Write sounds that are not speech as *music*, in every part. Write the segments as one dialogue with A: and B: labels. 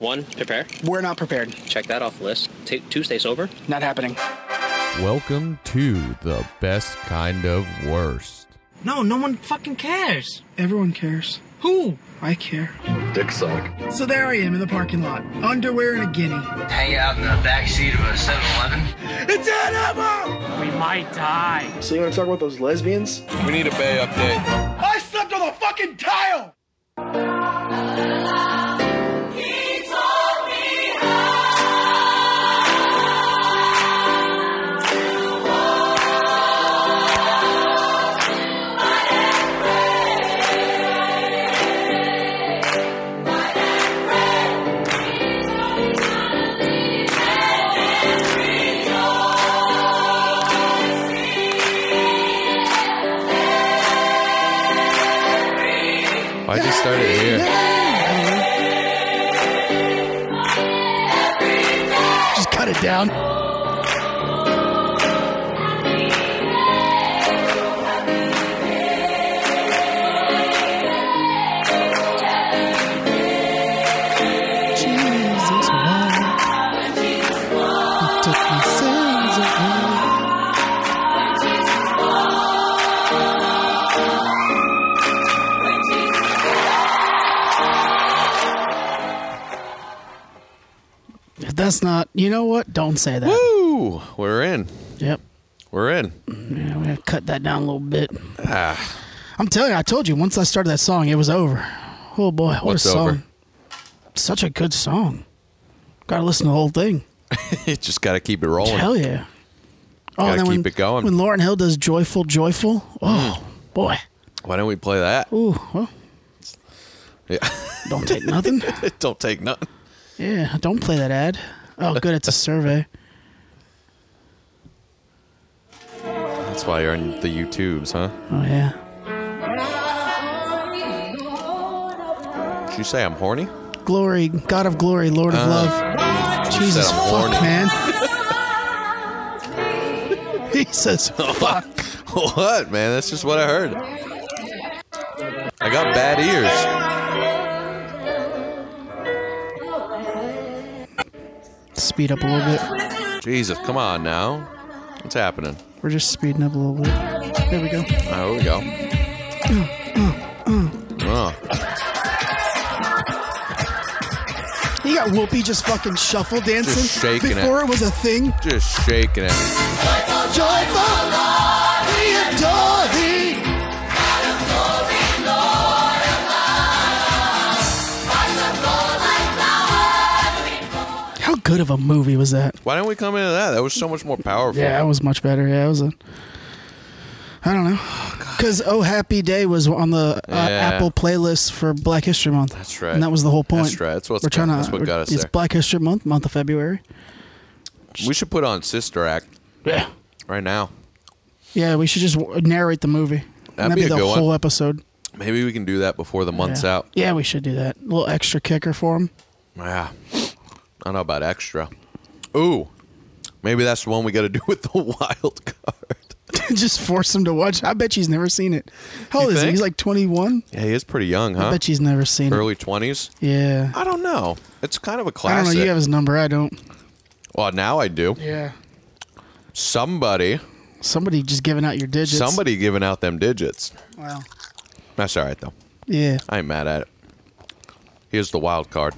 A: One, prepare.
B: We're not prepared.
A: Check that off the list. T- two, stay sober.
B: Not happening.
C: Welcome to the best kind of worst.
D: No, no one fucking cares.
B: Everyone cares.
D: Who?
B: I care.
E: Dick suck.
B: So there I am in the parking lot, underwear and a guinea.
F: hang out in the back seat of a 7-Eleven.
D: We might die.
E: So you want to talk about those lesbians?
G: We need a Bay update.
E: I slept on the fucking tile.
C: I just started here.
B: Just cut it down. Jesus, why? You took my sins away. If That's not. You know what? Don't say that.
C: Woo! We're in.
B: Yep.
C: We're in. Ah,
B: Yeah, we gotta cut that down a little bit. I'm telling you, I told you once I started that song, it was over. Oh boy, what
C: What's
B: a song!
C: over?
B: Such a good song. Gotta listen to the whole thing.
C: You just got to keep it rolling.
B: Hell yeah! Oh,
C: Gotta
B: and then when,
C: keep it going. Mm.
B: When Lauren Hill does "Joyful, Joyful," oh boy,
C: Why don't we play that? *laughs*
B: ooh, well,
C: Yeah.
B: don't take
C: *laughs*
B: nothing.
C: Don't take nothing.
B: yeah, don't play that ad. Oh, good, it's a survey.
C: That's why you're on the YouTubes, huh?
B: Oh yeah,
C: Did you say I'm horny?
B: glory, God of glory, Lord
C: Uh,
B: of love. Jesus, *laughs*
C: said
B: fuck,
C: I'm horny.
B: man. he says,
C: *laughs*
B: "Fuck."
C: what, man? That's just what I heard. I got bad ears.
B: Speed up a little bit.
C: Jesus, come on now. What's happening?
B: We're just speeding up a little bit. There we go.
C: Oh, here we *clears throat* go. Oh,
B: You got Whoopi just fucking shuffle dancing
C: Just shaking it.
B: before it. was a thing.
C: just shaking it.
B: Joyful, we adore thee. How good of a movie was that?
C: Why didn't we come into that? That was so much more powerful.
B: Yeah, that was much better. Yeah, it was a. I don't know, because "Oh Happy Day" was on the uh,
C: Yeah.
B: Apple playlist for Black History Month.
C: That's right.
B: and that was the whole point.
C: That's right. That's what's
B: we're trying
C: got-
B: to.
C: that's what
B: we're-
C: got us
B: It's
C: there.
B: Black History Month, month of February.
C: We should put on Sister Act
B: Yeah.
C: right now.
B: Yeah, we should just w- narrate the movie.
C: That'd
B: And
C: be a
B: the
C: good one.
B: whole episode.
C: Maybe we can do that before the month's
B: yeah.
C: out.
B: Yeah, we should do that. A little extra kicker for him.
C: Yeah. I don't know about extra. Ooh. Maybe that's the one we got to do with the *laughs* wild card.
B: *laughs* just force him to watch. I bet she's never seen it. How old
C: You
B: is he?
C: think?
B: He's like 21.
C: Yeah, he is pretty young, huh?
B: I bet she's never seen
C: Early 20s.
B: it. Yeah.
C: I don't know. It's kind of a
B: I don't know.
C: classic.
B: You have his number. I don't.
C: well, now I do.
B: Yeah.
C: Somebody,
B: Somebody just giving out your digits.
C: somebody giving out them digits.
B: Wow.
C: That's all right, though.
B: Yeah.
C: I ain't mad at it. Here's the wild card.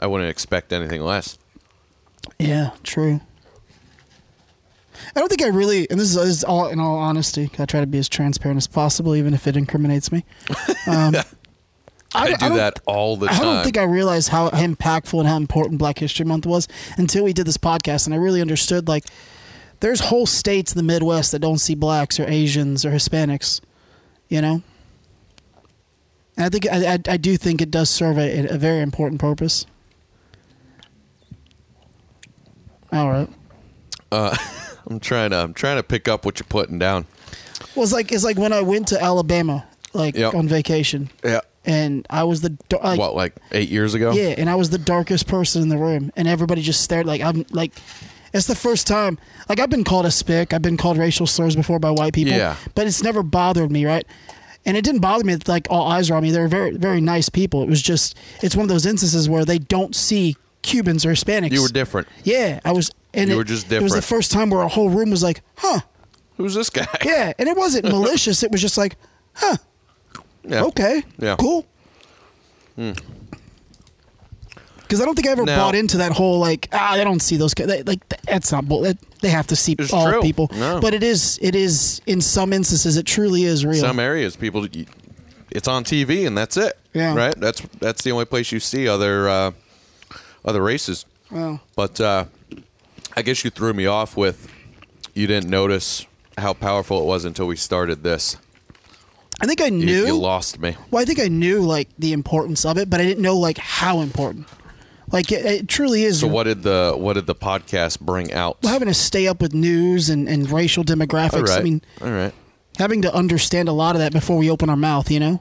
C: I wouldn't expect anything less.
B: Yeah. True. I don't think I really, and this is, this is all in all honesty. I try to be as transparent as possible, even if it incriminates
C: *laughs*
B: me. Um,
C: I,
B: don't-
C: do
B: don't
C: that all the
B: I
C: time.
B: don't think I realized how impactful and how important Black History Month was until we did this podcast, and I really understood like there's whole states in the Midwest that don't see blacks or Asians or Hispanics, you know. And I think I, I, I do think it does serve a, a very important purpose. All right.
C: I'm trying to. I'm trying to pick up what you're putting down.
B: Well, it's like it's like when I went to Alabama, like
C: Yep.
B: on vacation,
C: Yeah.
B: and I was the dar- like,
C: what, like eight years ago?
B: Yeah, and I was the darkest person in the room, and everybody just stared like I'm like. It's the first time. Like I've been called a spick. I've been called racial slurs before by white people.
C: Yeah.
B: But it's never bothered me, right? And it didn't bother me that like all eyes were on me. They're very very nice people. It was just it's one of those instances where they don't see Cubans or Hispanics.
C: You were different.
B: Yeah, I was. And
C: You
B: it-
C: were just
B: It was the
C: different.
B: first time where a whole room was like, "Huh,
C: Who's this guy?
B: yeah," and it wasn't malicious. It was just like, "Huh,
C: *laughs* Yeah.
B: okay,
C: Yeah. Hmm.
B: cool." Because I don't think I ever
C: Now-
B: bought into that whole like ah they don't see those guys like that's not bull that, they have to see
C: It's
B: all
C: true.
B: people
C: No.
B: but it is it is in some instances it truly is real
C: Some areas, people, it's on TV and that's it.
B: Yeah.
C: Right. That's that's the only place you see other uh, other races.
B: Wow.
C: But uh, I guess you threw me off with you didn't notice how powerful it was until we started this.
B: I think I
C: You,
B: knew
C: you lost me.
B: Well, I think I knew like the importance of it, but I didn't know like how important. Like it, it truly is.
C: So what did the what did the podcast bring out?
B: Having to stay up with news and, and racial demographics.
C: All right.
B: I mean,
C: All right.
B: having to understand a lot of that before we open our mouth, you know?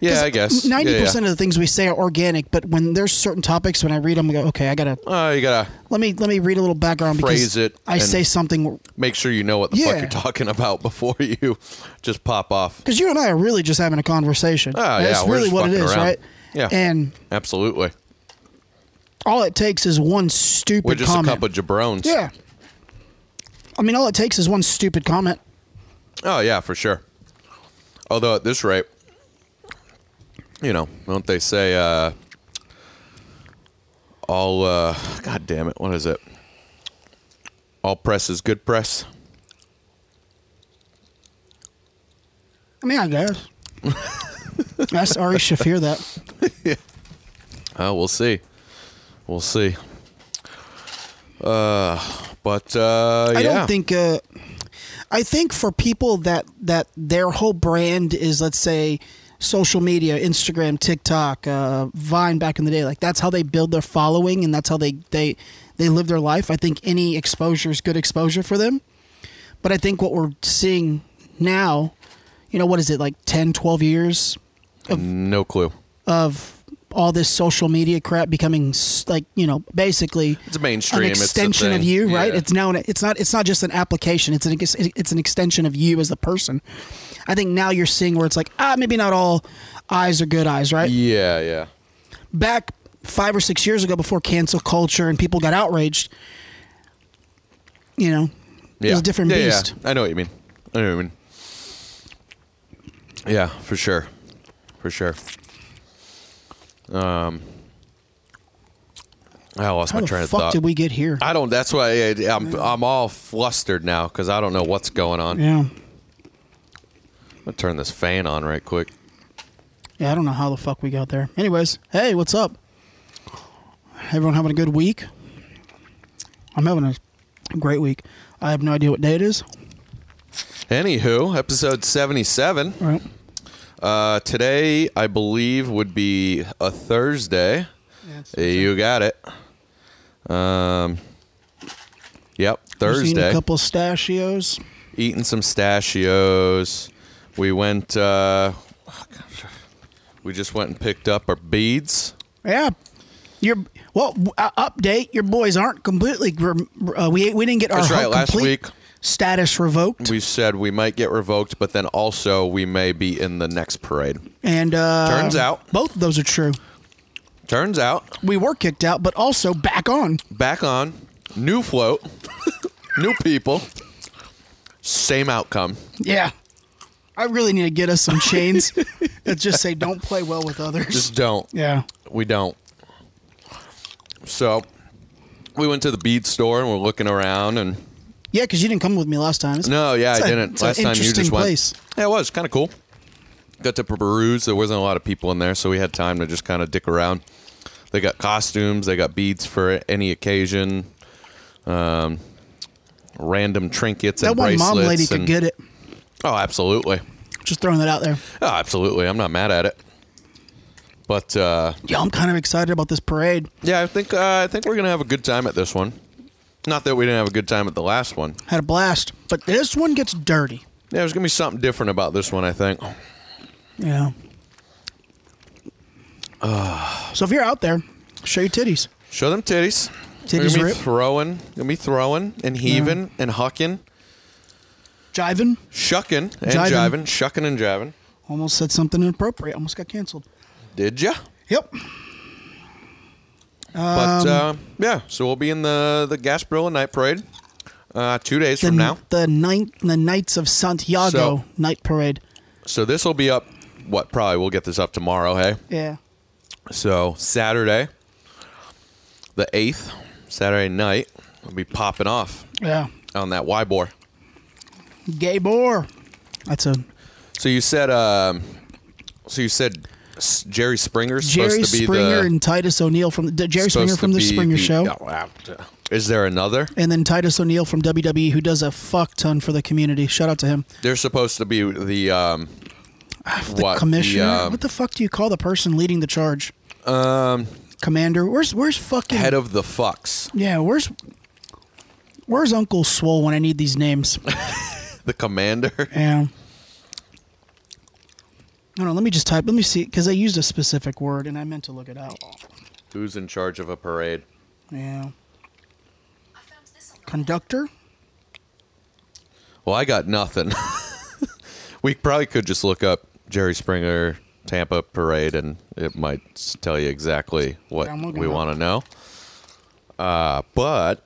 C: Yeah, I guess. Yeah,
B: Ninety
C: yeah.
B: percent of the things we say are organic, but when there's certain topics, when I read them, I go, okay, I gotta
C: Oh, you gotta
B: let me let me read a little background because
C: Phrase it
B: I
C: and-
B: say something
C: make sure you know what the
B: Yeah.
C: fuck you're talking *laughs* about before you just pop off.
B: because you and I are really just having a conversation.
C: Oh, yeah,
B: that's
C: we're
B: really
C: just
B: what it
C: fucking
B: is,
C: around.
B: right?
C: Yeah.
B: and
C: Absolutely.
B: all it takes is one stupid
C: We're just
B: comment.
C: a couple of jabrones.
B: Yeah. I mean, all it takes is one stupid comment.
C: Oh yeah, for sure. Although at this rate, you know, don't they say uh all uh god damn it, what is it? All press is good press.
B: I mean, I
C: *laughs*
B: guess. That's Ari Shafir. That
C: Oh, we'll see. We'll see. Uh but uh
B: I
C: yeah.
B: don't think. Uh, I think for people that that their whole brand is, let's say, social media, Instagram, TikTok, uh, Vine. Back in the day, like that's how they build their following, and that's how they they they live their life. I think any exposure is good exposure for them. But I think what we're seeing now, you know, what is it like 10, 12 years
C: no clue.
B: of all this social media crap becoming s- like you know basically
C: It's mainstream.
B: an
C: It's the
B: extension of
C: thing.
B: you right
C: Yeah.
B: it's now an, it's not it's not just an application it's an ex- it's an extension of you as a person i think now you're seeing where it's like ah maybe not all eyes are good eyes right
C: Yeah, yeah.
B: back five or six years ago before cancel culture and people got outraged you know it
C: Yeah.
B: was a different
C: Yeah, yeah.
B: beast
C: I know what you mean. I know what you mean. Yeah, for sure. For sure. Um I lost
B: how
C: my
B: the
C: train
B: fuck
C: of thought.
B: did we get here
C: I don't that's why I, I'm I'm all flustered now cuz I don't know what's going on.
B: yeah
C: I'm going to turn this fan on right quick.
B: Yeah, I don't know how the fuck we got there. Anyways, hey, what's up? Everyone having a good week? I'm having a great week. I have no idea what day it is.
C: Anywho, episode 77.
B: All right.
C: Uh, today, I believe, would be a Thursday. you got it. Um, yep,
B: Just eating
C: Thursday.
B: A couple stachios.
C: Eating some stachios. We went. Uh, we just went and picked up our beads.
B: Yeah. Your well uh, update. Your boys aren't completely. rem- Uh, we we didn't get our
C: That's right,
B: whole
C: last
B: complete
C: week-
B: status revoked,
C: We said we might get revoked, but then also we may be in the next parade.
B: and uh,
C: Turns out-
B: both of those are true.
C: Turns out,
B: We were kicked out, but also back on.
C: back on, new float, *laughs* new people, same outcome.
B: Yeah. I really need to get us some
C: *laughs*
B: chains that just say don't play well with others.
C: Just don't.
B: yeah.
C: We don't. So we went to the bead store and we're looking around and
B: Yeah, because you didn't come with me last time. It's-
C: no, yeah,
B: it's
C: I
B: a-
C: didn't.
B: it's
C: Last
B: an
C: time you
B: interesting
C: just
B: place.
C: went. Yeah, it was kind of cool. Got to peruse. There wasn't a lot of people in there, so we had time to just kind of dick around. They got costumes. They got beads for any occasion. Um, random trinkets
B: That
C: and
B: one
C: bracelets.
B: mom lady could
C: and-
B: get it.
C: Oh, absolutely.
B: Just throwing that out there.
C: Oh, absolutely. I'm not mad at it. But uh,
B: Yeah, I'm kind of excited about this parade.
C: Yeah, I think uh, I think we're gonna have a good time at this one. Not that we didn't have a good time at the last one.
B: Had a blast, but this one gets dirty.
C: Yeah, there's gonna be something different about this one. I think.
B: Yeah. *sighs* so if you're out there, show your titties.
C: Show them titties.
B: Titties
C: gonna be
B: rip.
C: throwing. Gonna be throwing and heaving and hucking,
B: Jiving.
C: shucking and
B: Jiving.
C: jiving, shucking and jiving.
B: Almost said something inappropriate. Almost got canceled.
C: Did ya?
B: Yep. Um,
C: but uh, yeah, so we'll be in the the Gasparilla Night Parade uh, two days
B: The,
C: from now.
B: the night, the Knights of Santiago
C: So-
B: night parade.
C: So this will be up. What probably we'll get this up tomorrow. Hey,
B: Yeah.
C: so Saturday, the eighth, Saturday night, we'll be popping off
B: Yeah.
C: on that Ybor.
B: Gay boar. That's a
C: So you said, um, so you said S- Jerry Springer's
B: Jerry
C: supposed to be
B: Springer
C: the
B: and Titus O'Neill from the Jerry
C: supposed
B: Springer
C: to
B: from the
C: be
B: Springer Show,
C: oh, wow. Is there another?
B: and then Titus O'Neill from WWE, who does a fuck ton for the community. Shout out to him.
C: They're supposed to be the um,
B: The
C: what
B: commissioner.
C: The, um,
B: what the fuck do you call the person leading the charge? Um, commander. Where's where's fucking
C: head of the fucks,
B: yeah? Where's where's Uncle Swole when I need these
C: *laughs*
B: names?
C: the commander. *laughs*
B: yeah. No, no. Let me just type. Let me see because I used a specific word and I meant to look it up.
C: Who's in charge of a parade?
B: Yeah. Conductor.
C: Well, I got nothing. *laughs* we probably could just look up Jerry Springer Tampa parade, and it might s- tell you exactly what
B: I'm looking
C: we
B: up.
C: want to know. Uh, but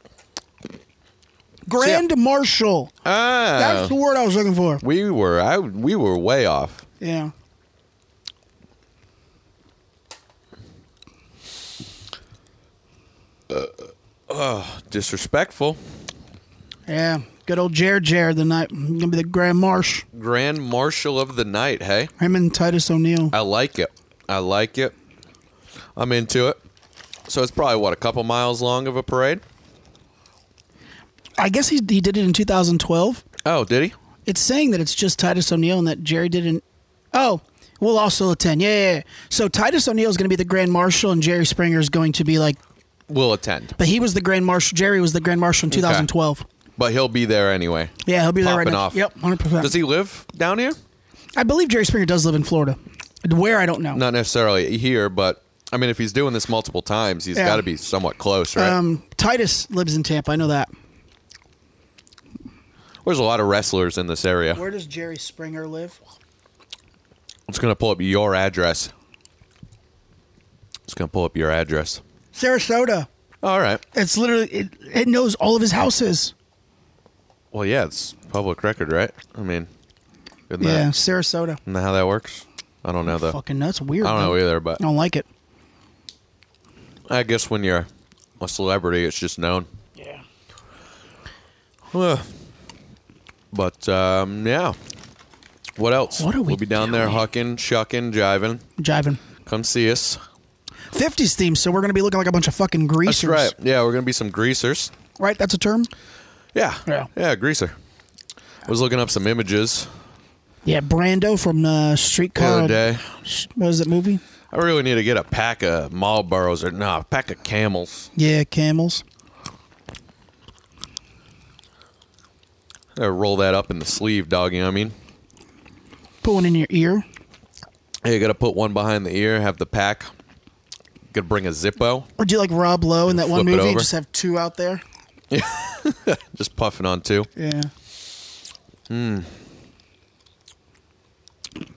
B: Grand Marshal.
C: ah,
B: That's the word I was looking for.
C: we were I we were way off.
B: Yeah.
C: Disrespectful
B: Yeah. Good old Jared Jared the night. Gonna be the Grand Marsh.
C: Grand Marshal of the night. Hey,
B: Him and Titus O'Neill.
C: I like it. I like it. I'm into it. So it's probably what a couple miles long of a parade.
B: I guess he, he did it in 2012.
C: Oh, did he?
B: It's saying that it's just Titus O'Neill and that Jerry did an. Oh, we'll also attend. Yeah, yeah, yeah. So Titus O'Neill is going to be the Grand Marshal and Jerry Springer is going to be like.
C: We'll attend,
B: But he was the Grand Marshal. Jerry was the Grand Marshal in 2012.
C: but he'll be there anyway.
B: Yeah, he'll be there right
C: Popping
B: now.
C: off.
B: Yep, 100%.
C: Does he live down here?
B: I believe Jerry Springer does live in Florida. Where, I don't know.
C: not necessarily here, but I mean, if he's doing this multiple times, he's
B: Yeah.
C: got to be somewhat close, right?
B: Um, Titus lives in Tampa. I know that.
C: There's a lot of wrestlers in this area.
B: Where does Jerry Springer live?
C: I'm just gonna pull up your address. Just gonna pull up your address.
B: Sarasota.
C: All right.
B: It's literally it, it knows all of his houses.
C: Well, yeah, it's public record, right? I mean, isn't
B: Yeah,
C: that,
B: Sarasota.
C: isn't that how that works? I don't know though.
B: Fucking nuts. Weird.
C: I don't know
B: dude.
C: either, but
B: I don't like it.
C: I guess when you're a celebrity, it's just known.
B: Yeah.
C: Ugh. But um, yeah. What else?
B: What are we
C: we'll be down there
B: doing?
C: hucking, shucking, jiving.
B: Jiving.
C: Come see us.
B: 50s theme, so we're going to be looking like a bunch of fucking
C: That's
B: greasers.
C: right. Yeah, we're gonna be some greasers.
B: Right? That's a term?
C: Yeah,
B: Yeah.
C: greaser. I was looking up some images
B: Yeah, Brando from uh,
C: the
B: Streetcar.
C: other day.
B: sh- What was that movie?
C: I really need to get a pack of Marlboros or nah, a pack of Camels.
B: Yeah, Camels.
C: I gotta roll that up in the sleeve, dog. You know what I mean?
B: Put one in your ear.
C: Hey, you gotta put one behind the ear. Have the pack. Gotta bring a Zippo.
B: Or do you like Rob Lowe in that one
C: Flip it
B: movie?
C: over.
B: Just have two out there?
C: Just puffing on two.
B: Yeah.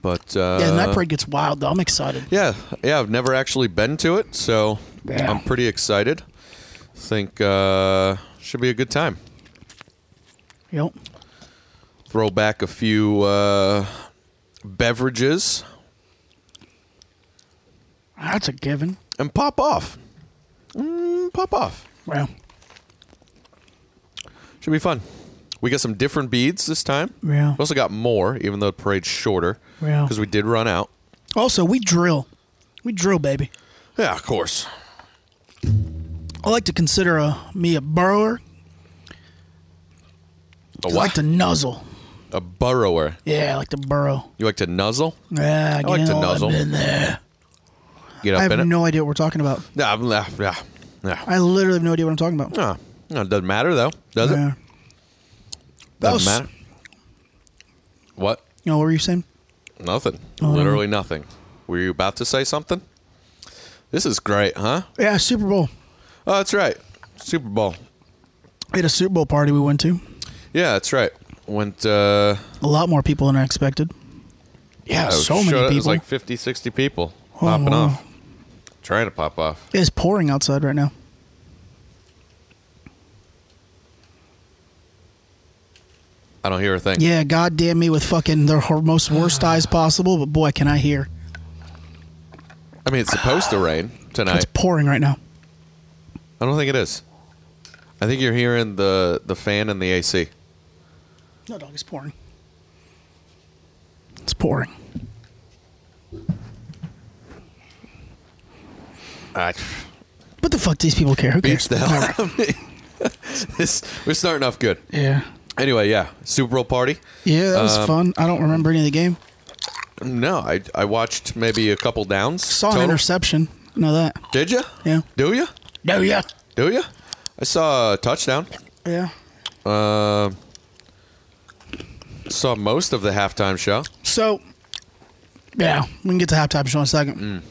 C: But uh,
B: Yeah, the night parade gets wild, though. I'm excited.
C: Yeah, yeah. I've never actually been to it, so
B: Yeah.
C: I'm pretty excited. Think uh, should be a good time.
B: Yep.
C: throw back a few uh, beverages
B: That's a given.
C: and pop off. Mm, pop off.
B: Well,
C: Should be fun. We got some different beads this time.
B: Yeah.
C: We also got more, even though the parade's shorter.
B: Yeah.
C: Because we did run out.
B: also, we drill. We drill, baby.
C: Yeah, of course.
B: I like to consider uh me a burrower. I
C: A
B: like
C: what?
B: to nuzzle.
C: a burrower.
B: Yeah, I like to burrow.
C: You like to nuzzle?
B: Yeah, I
C: like to nuzzle.
B: In there.
C: Get up
B: I have
C: in it.
B: no idea what we're talking about.
C: Nah, nah, nah, nah.
B: I literally have no idea what I'm talking about.
C: Nah. Nah, it doesn't matter though, Oh, does it?
B: Yeah.
C: Doesn't
B: was-
C: matter. What?
B: You know what were you saying?
C: Nothing.
B: Oh,
C: Literally nothing. Were you about to say something? This is great, huh?
B: Yeah, Super Bowl.
C: Oh, that's right. Super Bowl.
B: We had a Super Bowl party we went to.
C: Yeah, that's right. Went uh
B: A lot more people than I expected.
C: Yeah,
B: So
C: it
B: many
C: showed- It was
B: people.
C: like 50, 60 people
B: Oh,
C: popping
B: wow.
C: off, trying to pop off.
B: It's pouring outside right now.
C: I don't hear a thing.
B: Yeah, goddamn me with fucking the hor- most
C: *sighs*
B: worst eyes possible, but boy, can I hear.
C: I mean, it's supposed to rain tonight.
B: It's pouring right now.
C: I don't think it is. I think you're hearing the the fan and the AC.
B: No, dog, it's pouring. It's pouring.
C: I
B: But the fuck, these people care. Who cares?
C: beats the hell out of me. *laughs* this, we're starting off good.
B: Yeah.
C: Anyway, yeah, Super Bowl party.
B: Yeah, that was fun. I don't remember any of the game.
C: No, I I watched maybe a couple downs.
B: Saw an
C: total.
B: interception. I know that.
C: Did you?
B: Yeah.
C: Do you?
B: No, Oh, yeah.
C: Do you? I saw a touchdown.
B: Yeah.
C: Saw most of the halftime show.
B: So, yeah, we can get to halftime show in a second.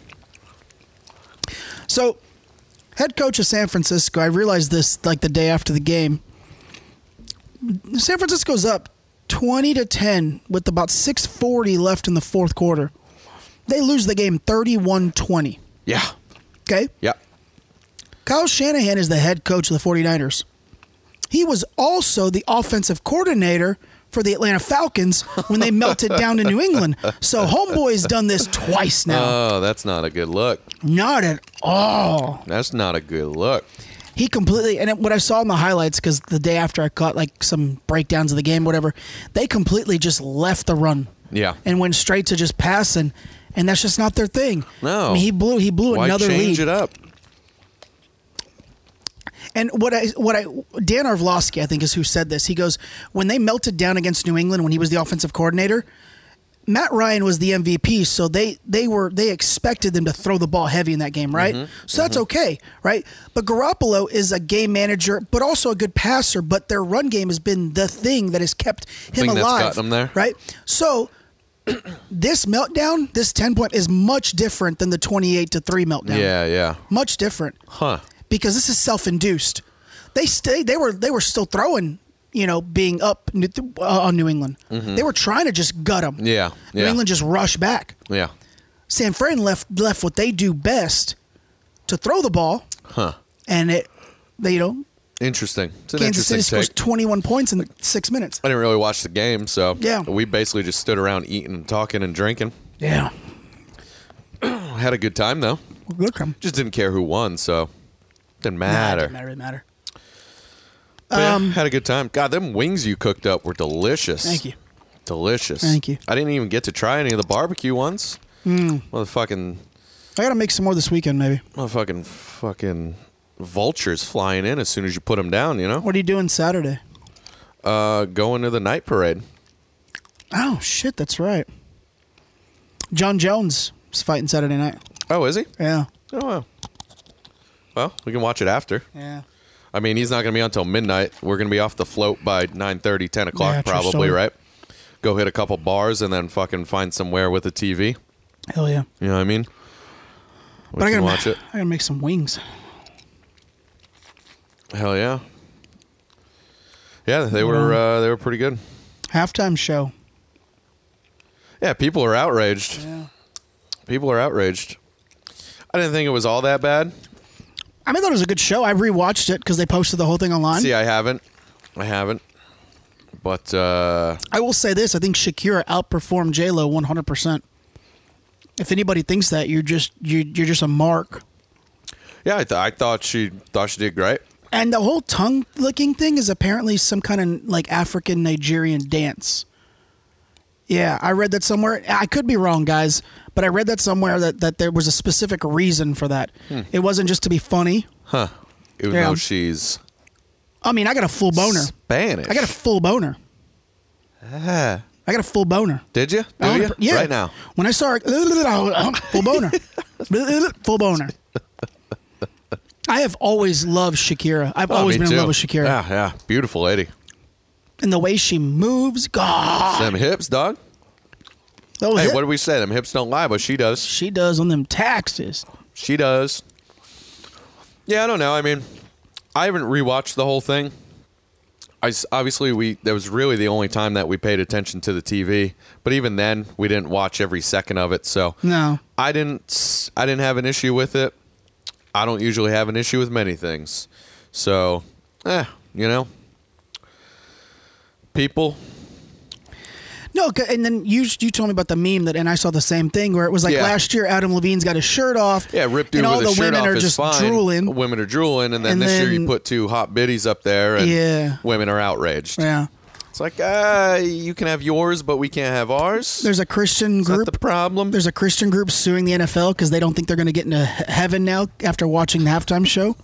B: So, head coach of San Francisco, I realized this like the day after the game. San Francisco's up 20 to 10 with about 6:40 left in the fourth quarter. They lose the game 31-20.
C: Yeah.
B: Okay?
C: Yeah.
B: Kyle Shanahan is the head coach of the 49ers. He was also the offensive coordinator for the Atlanta Falcons when they
C: *laughs*
B: melted down to New England. So homeboy's done this twice now.
C: Oh, that's not a good look.
B: Not at all.
C: That's not a good look.
B: He completely and what I saw in the highlights because the day after I caught like some breakdowns of the game, whatever, they completely just left the run.
C: Yeah.
B: And went straight to just passing, and that's just not their thing.
C: No.
B: I mean, he blew he blew
C: Why
B: another
C: change
B: lead.
C: it up?
B: And what I what I Dan Orlovsky I think is who said this. He goes when they melted down against New England when he was the offensive coordinator. Matt Ryan was the MVP, so they they were they expected them to throw the ball heavy in that game, right?
C: Mm-hmm.
B: So that's okay, right? But Garoppolo is a game manager, but also a good passer. But their run game has been the thing that has kept him
C: Thing that's
B: alive,
C: gotten 'em there.
B: right? So *clears throat* this meltdown, this ten point, is much different than the twenty eight to three meltdown.
C: Yeah, yeah.
B: much different
C: Huh.
B: because this is self-induced. They stay. They were. They were still throwing. You know, being up New- uh, on New England, they were trying to just gut them.
C: Mm-hmm. Yeah,
B: New
C: yeah.
B: England just rushed back.
C: Yeah.
B: San Fran left left what they do best to throw the ball,
C: Huh.
B: and it. They, you know,
C: Interesting. It's an
B: Kansas City
C: interesting
B: scores
C: take.
B: twenty one points in six minutes.
C: I didn't really watch the game, so
B: Yeah.
C: we basically just stood around eating, talking, and drinking.
B: Yeah,
C: Had a good time though.
B: good come.
C: Just didn't care who won, so didn't
B: Nah, it
C: matter.
B: doesn't matter. it doesn't matter.
C: But yeah, had a good time. God, them wings you cooked up were delicious.
B: Thank you.
C: Delicious.
B: Thank you. Hmm.
C: I didn't even get to try any of the barbecue ones. Motherfucking,
B: I gotta make some more this weekend, maybe.
C: motherfucking, fucking vultures flying in as soon as you put them down. You know,
B: What are you doing Saturday?
C: uh, going to the night parade.
B: Oh shit, that's right. John Jones is fighting Saturday night.
C: Oh, is he?
B: Yeah.
C: Oh, wow. Well, we can watch it after.
B: Yeah.
C: I mean, he's not going to be on until midnight. We're going to be off the float by 9.30, 10 o'clock
B: Yeah, true
C: probably,
B: story.
C: right? Go hit a couple bars and then fucking find somewhere with a TV.
B: Hell yeah.
C: You know what I mean? We
B: But I
C: can
B: gotta
C: watch it.
B: I gotta make some wings.
C: Hell yeah. Yeah, they were uh, they were pretty good.
B: Halftime show.
C: Yeah, people are outraged.
B: Yeah.
C: People are outraged. I didn't think it was all that bad.
B: I mean, I thought it was a good show. I rewatched it because they posted the whole thing online.
C: See, I haven't. I haven't. But uh,
B: I will say this: I think Shakira outperformed J Lo 100. percent If anybody thinks that, you're just you're, you're just a mark.
C: yeah, I, th- I thought she thought she did great.
B: And the whole tongue licking thing is apparently some kind of like African Nigerian dance. Yeah, I read that somewhere. I could be wrong, guys, but I read that somewhere that, that there was a specific reason for that.
C: Hmm.
B: It wasn't just to be funny.
C: Even
B: Yeah.
C: though she's
B: I mean, I got a full boner.
C: Spanish.
B: I got a full boner. I got a full boner.
C: Did you?
B: I
C: Do
B: wanna
C: you?
B: pr- Yeah.
C: Right now.
B: When I saw her, *laughs* full boner. *laughs* full boner. I have always loved Shakira. I've always
C: Oh, me
B: been
C: too.
B: in love with Shakira.
C: Yeah, yeah. Beautiful lady.
B: And the way she moves, God.
C: Them hips, dog.
B: That was
C: Hey,
B: it.
C: what do we say? Them hips don't lie, but she does.
B: she does on them taxes.
C: She does. Yeah, I don't know. I mean, I haven't rewatched the whole thing. I s obviously we that was really the only time that we paid attention to the TV. But even then, we didn't watch every second of it. So
B: No.
C: I didn't. s- I didn't have an issue with it. I don't usually have an issue with many things. So, eh, you know, people.
B: No, 'cause- and then you you told me about the meme that, and I saw the same thing where it was like
C: Yeah.
B: last year Adam Levine's got his shirt off.
C: Yeah, ripped dude
B: and all
C: with a
B: the
C: shirt
B: women
C: off
B: are
C: is
B: just
C: fine.
B: drooling.
C: Women are drooling, and then
B: And
C: this year you
B: then-
C: put two hot biddies up there, and
B: Yeah.
C: women are outraged.
B: Yeah,
C: It's like, uh, you can have yours, but we can't have ours.
B: there's a Christian
C: Is that
B: group.
C: the problem?
B: There's a Christian group suing the NFL because they don't think they're going to get into he- heaven now after watching the halftime show.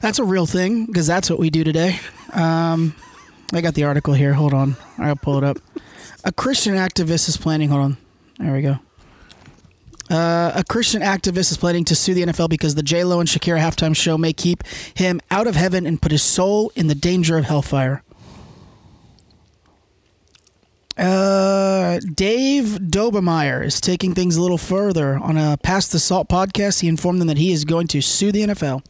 B: That's a real thing because that's what we do today. Um, I got the article here. Hold on, I'll pull it up. A Christian activist is planning. Hold on, there we go. Uh, a Christian activist is planning to sue the NFL because the J Lo and Shakira halftime show may keep him out of heaven and put his soul in the danger of hellfire. Uh, Dave Dobemeyer is taking things a little further. On a Past the Salt podcast, he informed them that he is going to sue the NFL.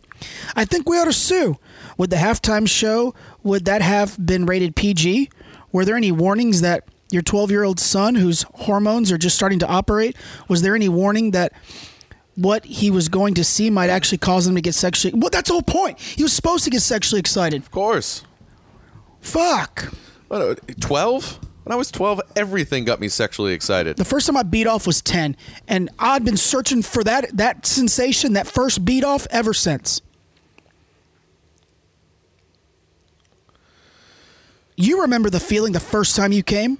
B: I think we ought to sue. Would the halftime show, would that have been rated PG? Were there any warnings that your 12-year-old son, whose hormones are just starting to operate, was there any warning that what he was going to see might actually cause him to get sexually... Well, that's the whole point. He was supposed to get sexually excited.
C: of course.
B: Fuck.
C: What, 12? When I was 12, everything got me sexually excited.
B: The first time I beat off was ten, and I'd been searching for that that sensation, that first beat off, ever since. You remember the feeling the first time you came?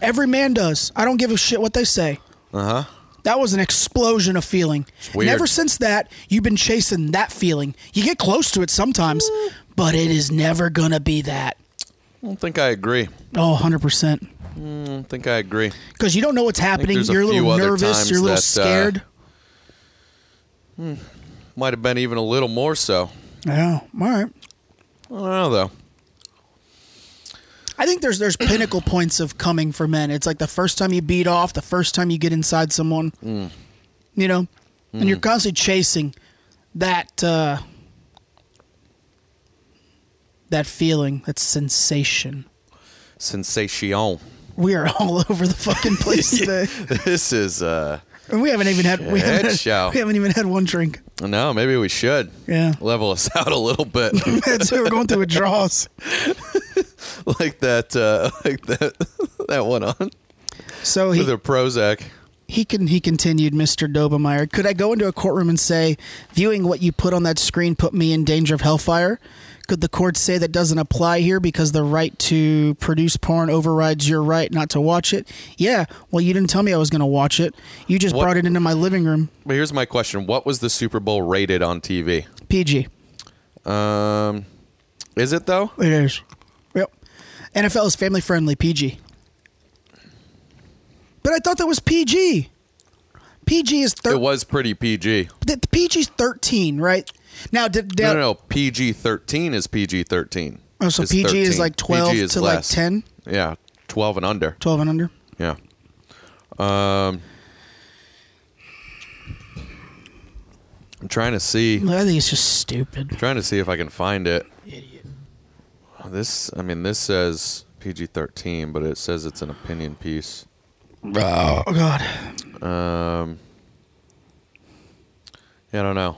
B: Every man does. I don't give a shit what they say.
C: Uh huh.
B: That was an explosion of feeling.
C: weird.
B: And ever since that, you've been chasing that feeling. You get close to it sometimes, but it is never going to be that.
C: I don't think I agree.
B: Oh, 100%.
C: I don't think I agree.
B: Because you don't know what's happening.
C: there's a
B: You're a
C: few
B: little
C: other
B: nervous.
C: times
B: You're a little
C: that, uh,
B: scared.
C: Might have been even a little more so.
B: Yeah. All right.
C: I don't know, though.
B: I think there's there's pinnacle points of coming for men. It's like the first time you beat off, the first time you get inside someone,
C: Mm.
B: you know, and you're constantly chasing that uh, that feeling, that sensation.
C: Sensation. *laughs*
B: We are all *laughs* over the fucking place today,
C: This is, uh,
B: and we haven't even had we haven't,
C: Shit
B: had-
C: show.
B: *laughs* we haven't even had one drink. *laughs*
C: no, maybe we should.
B: Yeah.
C: Level us *laughs* out a little bit.
B: so we're going through withdrawals.
C: like that, uh, *laughs* like that, that one on
B: So
C: with
B: he,
C: the Prozac.
B: He can he continued, Mr. Dobemeyer. Could I go into a courtroom and say, viewing what you put on that screen put me in danger of hellfire? Could the court say that doesn't apply here because the right to produce porn overrides your right not to watch it? Yeah. Well, you didn't tell me I was going to watch it. You just
C: What-
B: brought it into my living room.
C: But here's my question What was the Super Bowl rated on TV?
B: PG.
C: Um, is it, though?
B: It is. Yep. NFL is family friendly. PG. But I thought that was PG. PG is
C: It
B: thirteen.
C: was pretty PG.
B: The PG's thirteen, right? Now, did, did
C: No, no, no. PG 13 is PG 13.
B: Oh, so PG is like 12 to like 10?
C: Yeah, 12 and under.
B: 12 and under.
C: Yeah. Um, I'm trying to see.
B: I think it's just stupid.
C: Trying to see if I can find it. Idiot. This, I mean, this says PG 13, but it says it's an opinion piece.
B: Oh, God.
C: Yeah, I don't know.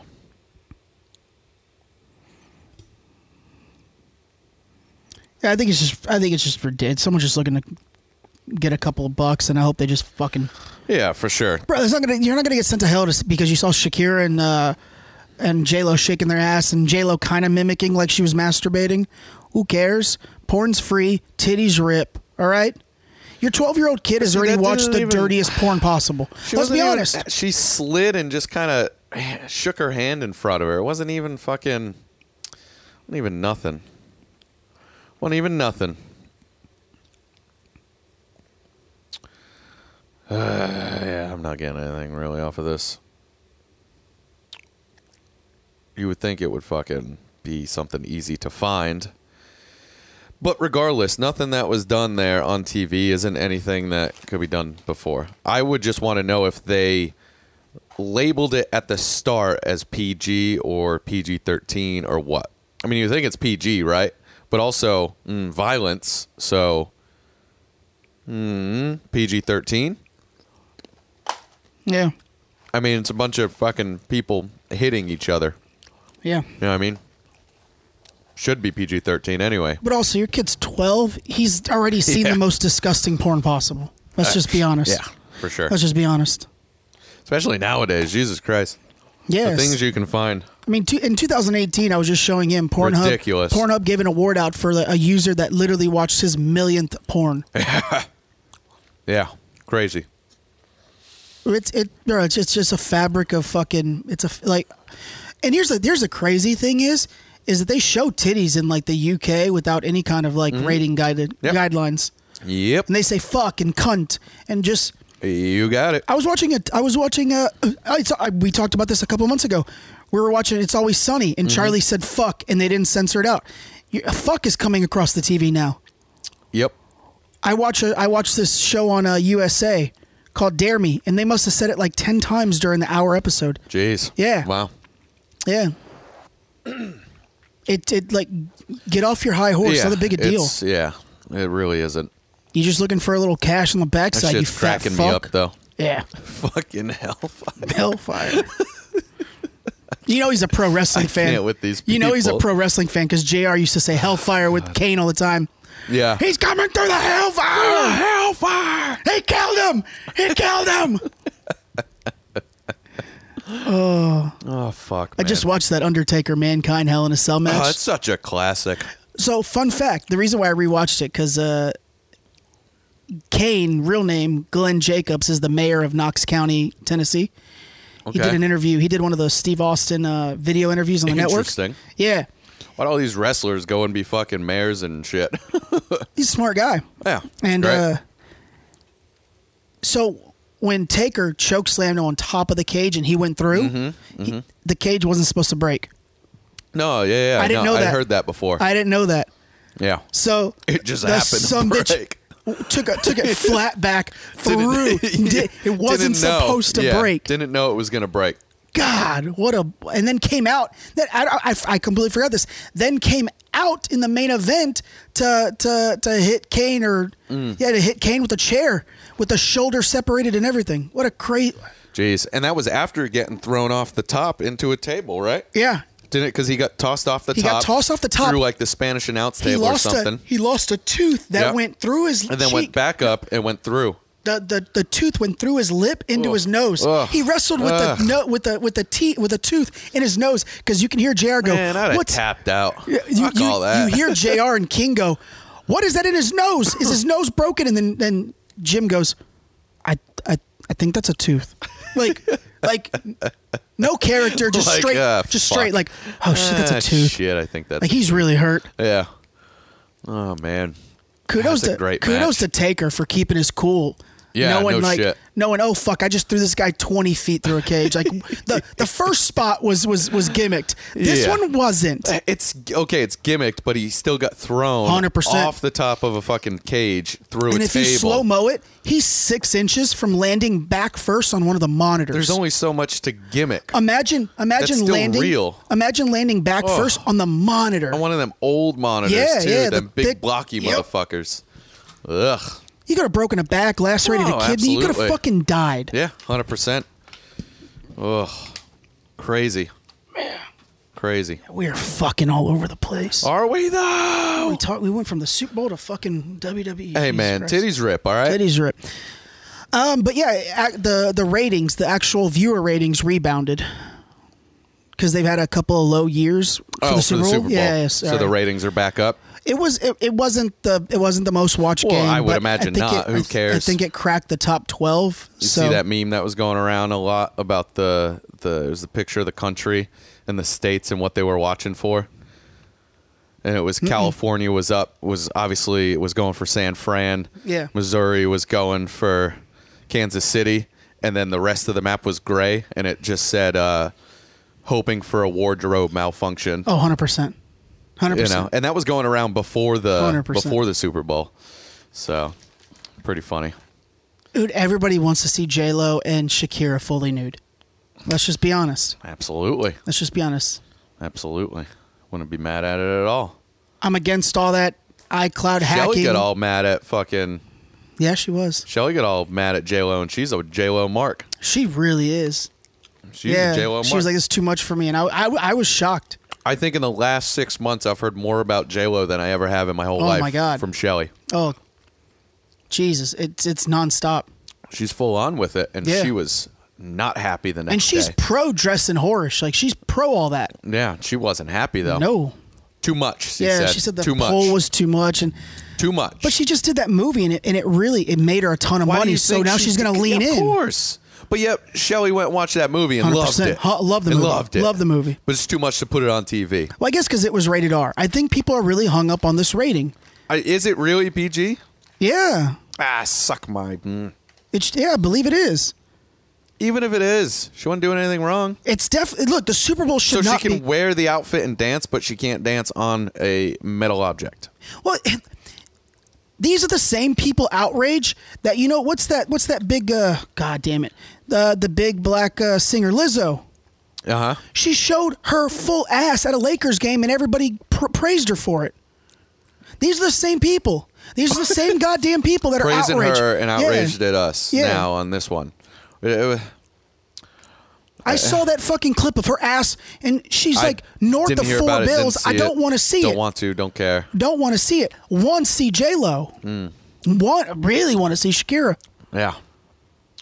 B: Yeah, I think it's just, I think it's just for did. Someone's just looking to get a couple of bucks, and I hope they just fucking.
C: Yeah, for sure.
B: Bro, it's not gonna, you're not going to get sent to hell just because you saw Shakira and, uh, and J-Lo shaking their ass and J-Lo kind of mimicking like she was masturbating. Who cares? Porn's free. Titties rip. All right? Your 12 year old kid has
C: See,
B: already
C: that
B: watched
C: didn't
B: the
C: even-
B: dirtiest porn *laughs* possible.
C: She
B: Let's
C: wasn't
B: be
C: even-
B: honest.
C: She slid and just kind of shook her hand in front of her. It wasn't even fucking. Wasn't even nothing. Wasn't even nothing. *sighs* Uh, yeah, I'm not getting anything really off of this. You would think it would fucking be something easy to find. But regardless, nothing that was done there on TV isn't anything that could be done before. I would just want to know if they labeled it at the start as PG or PG 13 or what. I mean, you think it's PG, right? but also mm, violence. So mm, PG thirteen.
B: Yeah.
C: I mean, it's a bunch of fucking people hitting each other.
B: Yeah.
C: You know what I mean? Should be PG thirteen anyway.
B: But also, your kid's 12. He's already seen
C: Yeah. Uh,
B: the most disgusting porn possible. Let's just be honest.
C: Yeah, for sure.
B: Let's just be honest.
C: Especially nowadays, Jesus Christ, the
B: Yes.
C: things you can find.
B: I mean, two, in 2018, I was just showing him Pornhub.
C: Ridiculous.
B: Pornhub gave an award out for the, a user that literally watched his millionth
C: *laughs*
B: porn.
C: Yeah, crazy.
B: It's it, no, it's it's just a fabric of fucking. It's a f- like, and here's the here's the crazy thing is is that they show titties in like the UK without any kind of like rating guided
C: Mm-hmm. Yep.
B: guidelines,
C: Yep,
B: and they say fuck and cunt and just.
C: you got it.
B: I was watching it. I was watching. Uh, I, I, we talked about this a couple months ago. We were watching "It's Always Sunny,"
C: Mm-hmm.
B: and Charlie said "fuck," and they didn't censor it out. You, fuck is coming across the TV now.
C: Yep.
B: I watch a, I watch this show on uh, USA called Dare Me, and they must have said it like ten times during the hour episode.
C: Jeez.
B: Yeah.
C: Wow.
B: Yeah. It it like get off your high horse.
C: yeah,
B: not a big a deal.
C: it's- Yeah, it really isn't.
B: You're just looking for a little cash on the
C: That
B: backside. you
C: shit's
B: fat
C: cracking
B: fuck.
C: me up
B: *laughs*
C: though.
B: Yeah,
C: Fucking hell.
B: Hellfire. you know he's a pro wrestling fan.
C: can't with these
B: You know he's a
C: people.
B: pro wrestling fan because Jr. used to say Hellfire with Kane all the time.
C: *laughs* Yeah.
B: He's coming through the Hellfire.
C: hellfire.
B: He killed him.
C: *laughs*
B: He killed him.
C: Oh fuck.
B: I
C: man.
B: just watched that Undertaker Mankind Hell in a Cell match.
C: Oh, it's such a classic.
B: So, fun fact the reason why I rewatched it, because uh, Kane, real name Glenn Jacobs, is the mayor of Knox County, Tennessee.
C: Okay.
B: He did an interview. He did one of those Steve Austin uh, video interviews on the network.
C: Interesting.
B: Yeah.
C: Why do all these wrestlers go and be fucking mayors and shit? *laughs*
B: He's a smart guy.
C: yeah. it's
B: And
C: great.
B: uh, so when Taker choke slammed him on top of the cage and he went through,
C: Mm-hmm,
B: he- the cage wasn't supposed to break.
C: no, yeah, yeah.
B: I didn't
C: no,
B: know
C: I
B: that.
C: heard that before.
B: I didn't know that.
C: yeah.
B: So
C: *laughs* It just
B: the
C: happened to
B: Some bitch
C: break.
B: took a, took
C: *laughs*
B: it flat back through. Di- *laughs* it wasn't
C: Didn't know.
B: supposed to
C: Yeah,
B: break.
C: Didn't know it was gonna break.
B: God, what a! And then came out. That I, I, I completely forgot this. Then came out in the main event to to to hit Kane or
C: Mm.
B: yeah to hit Kane with a chair with the shoulder separated and everything. What a crazy
C: Jeez. And that was after getting thrown off the top into a table, right?
B: yeah.
C: Didn't it? Because he got tossed off the
B: He
C: top.
B: got tossed off the top.
C: Through like the Spanish announce
B: He
C: table or
B: lost
C: something.
B: a he lost a tooth that
C: Yep.
B: went through his
C: and then
B: cheek.
C: went back up and went through.
B: the, the, the tooth went through his lip into his nose.
C: Ugh.
B: He wrestled with
C: Ugh.
B: the no, with the with the teeth with the tooth in his nose because you can hear Jr. go,
C: Man, I'd have
B: "What's
C: tapped out.
B: you, you,
C: Fuck all that.
B: you hear Jr. and King go, "What is that in his nose? Is his nose broken?" And then then Jim goes, "I I I think that's a tooth." *laughs* Like like no character, just
C: Like,
B: straight,
C: uh,
B: just
C: fuck.
B: straight. Like oh shit, that's
C: Ah,
B: a tooth.
C: Shit, I think that's
B: Like he's really hurt.
C: yeah. Oh man,
B: kudos
C: That's a
B: to
C: great
B: kudos
C: match.
B: to Taker for keeping his cool.
C: Yeah,
B: knowing
C: no
B: like
C: shit.
B: knowing oh fuck, I just threw this guy twenty feet through a cage. Like *laughs* the the first spot was was was gimmicked. This
C: Yeah.
B: one wasn't.
C: it's okay. It's gimmicked, but he still got thrown
B: 100%.
C: off the top of a fucking cage through
B: And
C: a
B: if
C: table.
B: you slow mo it, he's six inches from landing back first on one of the monitors.
C: There's only so much to gimmick.
B: Uh, imagine imagine
C: That's still
B: landing
C: real.
B: imagine landing back
C: Oh.
B: first on the monitor.
C: On one of them old monitors
B: Yeah,
C: too.
B: yeah, the
C: them big
B: thick-
C: blocky
B: Yep.
C: motherfuckers. Ugh.
B: you could have broken a back, lacerated
C: Oh,
B: a kidney. You could have
C: absolutely.
B: fucking died.
C: Yeah, hundred percent. Ugh. Crazy. Crazy.
B: We are fucking all over the place.
C: Are we though?
B: We talk, We went from the Super Bowl to fucking WWE.
C: Hey
B: Jesus
C: man,
B: Christ.
C: titties rip. All right.
B: Teddy's rip. Um, but yeah, ac- the the ratings, the actual viewer ratings rebounded because they've had a couple of low years for
C: Oh,
B: the Super Bowl. Yeah, yeah,
C: so
B: sorry.
C: the ratings are back up.
B: it was it, it wasn't the it wasn't the most watched
C: Well,
B: game.
C: I would
B: but
C: imagine
B: think
C: not.
B: it-
C: Who
B: I th- I
C: cares?
B: think it cracked the top twelve.
C: You
B: so
C: see that meme that was going around a lot about the the it was the picture of the country and the states and what they were watching for. And it was California was up was obviously was going for San Fran.
B: Yeah.
C: Missouri was going for Kansas City and then the rest of the map was gray and it just said uh hoping for a wardrobe malfunction.
B: oh, 100 percent, hundred
C: You know,
B: percent.
C: and that was going around before the
B: 100%.
C: before the Super Bowl. So, pretty funny.
B: Dude, everybody wants to see J Lo and Shakira fully nude. Let's just be honest.
C: Absolutely.
B: Let's just be honest.
C: Absolutely. Wouldn't be mad at it at all.
B: I'm against all that iCloud hacking.
C: Shelly got all mad at fucking.
B: yeah, she was.
C: Shelly got all mad at J Lo, and she's a J Lo mark.
B: She really is.
C: She's
B: yeah,
C: a J Lo mark.
B: she was like, "It's too much for me," and I, I, I was shocked.
C: I think in the last six months, I've heard more about J Lo than I ever have in my whole
B: Oh
C: life.
B: my God.
C: From Shelly,
B: Oh, Jesus! It's it's nonstop,
C: she's full on with it, and
B: Yeah.
C: she was not happy the next
B: and she's
C: day.
B: pro dressing whorish. Like she's pro all that.
C: yeah, she wasn't happy though.
B: No,
C: too much. She
B: yeah,
C: said.
B: she said the
C: too
B: poll
C: much.
B: was too much, and
C: too much.
B: but she just did that movie, and it and it really it made her a ton of
C: Why do
B: money.
C: you
B: So
C: think
B: now
C: she
B: she's gonna
C: did-
B: lean
C: yeah,
B: in.
C: Of course. But yet, Shelly went and watched that movie and loved
B: 100%.
C: it.
B: Huh, loved the
C: And
B: movie.
C: Loved it.
B: Loved the movie.
C: But it's too much to put it on TV.
B: Well, I guess because it was rated R. I think people are really hung up on this rating.
C: I, is it really PG?
B: Yeah,
C: Ah, suck my. mm.
B: it's yeah, I believe it is.
C: Even if it is, she wasn't doing anything wrong.
B: It's definitely look. The Super Bowl
C: So
B: should
C: she
B: not
C: can
B: be.
C: wear the outfit and dance, but she can't dance on a metal object.
B: Well, *laughs* these are the same people outrage that you know what's that what's that big uh god damn it the the big black uh, singer Lizzo.
C: Uh huh.
B: She showed her full ass at a Lakers game and everybody pr- praised her for it. These are the same people. These are
C: *laughs*
B: the same goddamn people that are
C: Praising
B: outraged.
C: her and
B: Yeah.
C: outraged at us
B: Yeah.
C: now on this one. Uh, It- it-
B: I saw that fucking clip of her ass and she's
C: I
B: like north
C: didn't
B: of
C: hear
B: four
C: about it, didn't
B: bills. I
C: see
B: don't
C: it,
B: want to see
C: Don't
B: it.
C: want to. Don't care.
B: don't want to see it. One, see J Lo.
C: Hmm.
B: One, really want to see Shakira.
C: Yeah.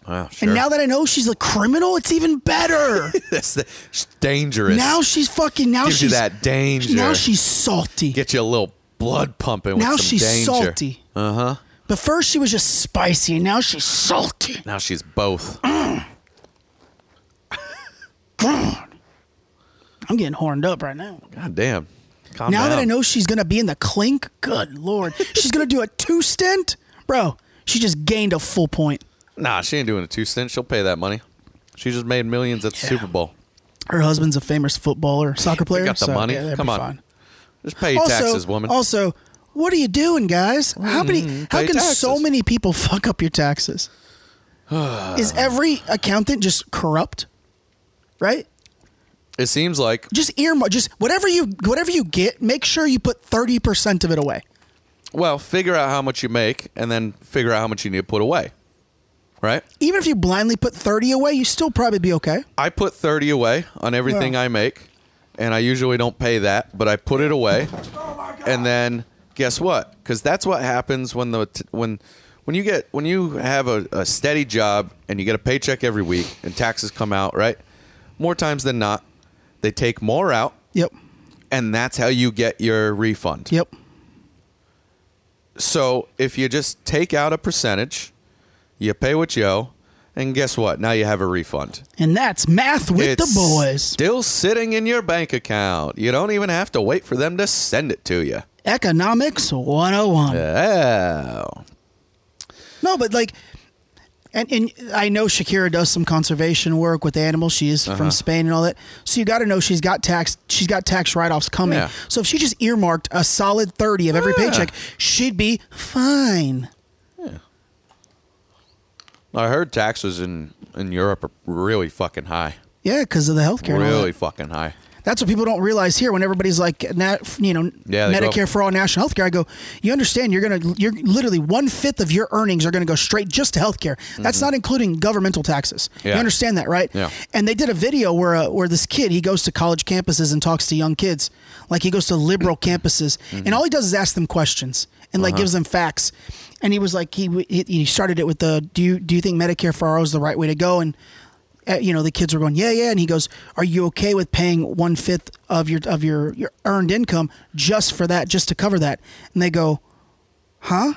C: Wow. Sure.
B: And now
C: *laughs*
B: that I know she's a criminal, it's even better.
C: that's the, it's dangerous.
B: now she's fucking. Now
C: gives you
B: she's
C: that danger.
B: Now she's salty.
C: get you a little blood pumping. With
B: now
C: some
B: she's
C: danger. Uh-huh.
B: salty. Uh huh. But first she was just spicy, and now she's salty.
C: Now she's
B: *clears throat*
C: both.
B: I'm getting horned up right now.
C: God damn. Calm
B: now that
C: down.
B: I know she's gonna be in the clink, good lord, she's gonna do a two stint, bro. She just gained a full point.
C: Nah, she ain't doing a two cent. She'll pay that money. She just made millions at the Super Bowl.
B: Her husband's a famous footballer, soccer player.
C: got the
B: so,
C: money.
B: yeah, that'd
C: Come
B: be
C: on.
B: fine.
C: Just pay your
B: also,
C: taxes, woman. Mm-hmm.
B: Also, what are you doing, guys? How many? How
C: pay
B: can so
C: taxes.
B: many people *laughs* fuck up your
C: *sighs*
B: taxes? Is every accountant just corrupt? Right?
C: it seems like
B: Just earmark. Just whatever you whatever you get, make sure you put thirty percent of it away.
C: well, figure out how much you make and then figure out how much you need to put away. Right?
B: Even if you blindly put thirty away, you still probably be okay.
C: I put 30 away on everything
B: Yeah.
C: I make, and I usually don't pay that, but I put it
B: *laughs*
C: away.
B: Oh
C: And then guess what? Cuz that's what happens when the t- when when you get when you have a, a steady job and you get a paycheck every week and taxes come out, right? More times than not, they take more out
B: Yep.
C: and that's how you get your refund.
B: Yep.
C: So, if you just take out a percentage, you pay what you owe, and guess what? Now you have a refund
B: And that's math with
C: it's
B: the boys.
C: Still sitting in your bank account. You don't even have to wait for them to send it to you.
B: Economics 101.
C: Oh.
B: No, but like, and, and I know Shakira does some conservation work with animals. She is
C: Uh-huh.
B: from Spain and all that. So you got to know she's got tax. She's got tax write offs coming.
C: Yeah.
B: So if she just earmarked a solid thirty of every
C: Yeah.
B: paycheck, she'd be fine.
C: I heard taxes in, in Europe are really fucking high.
B: Yeah, because of the healthcare. and all
C: Really
B: that.
C: fucking high.
B: That's what people don't realize here. When everybody's like, na- you know,
C: Yeah, they go-
B: Medicare for all, national healthcare. I go, you understand? You're gonna, you're literally one fifth of your earnings are gonna go straight just to healthcare. That's not including governmental taxes. You
C: Mm-hmm. Yeah.
B: understand that, right?
C: Yeah.
B: And they did a video where uh, where this kid he goes to college campuses and talks to young kids, like he goes to
C: *clears throat*
B: liberal campuses,
C: Mm-hmm.
B: and all he does is ask them questions and
C: Uh-huh.
B: like gives them facts. And he was like, he w- he he started it with the, do you do you think Medicare for all is the right way to go? And uh, you know the kids were going, yeah, yeah, and he goes, are you okay with paying one fifth of your of your your earned income just for that, just to cover that? And they go, huh?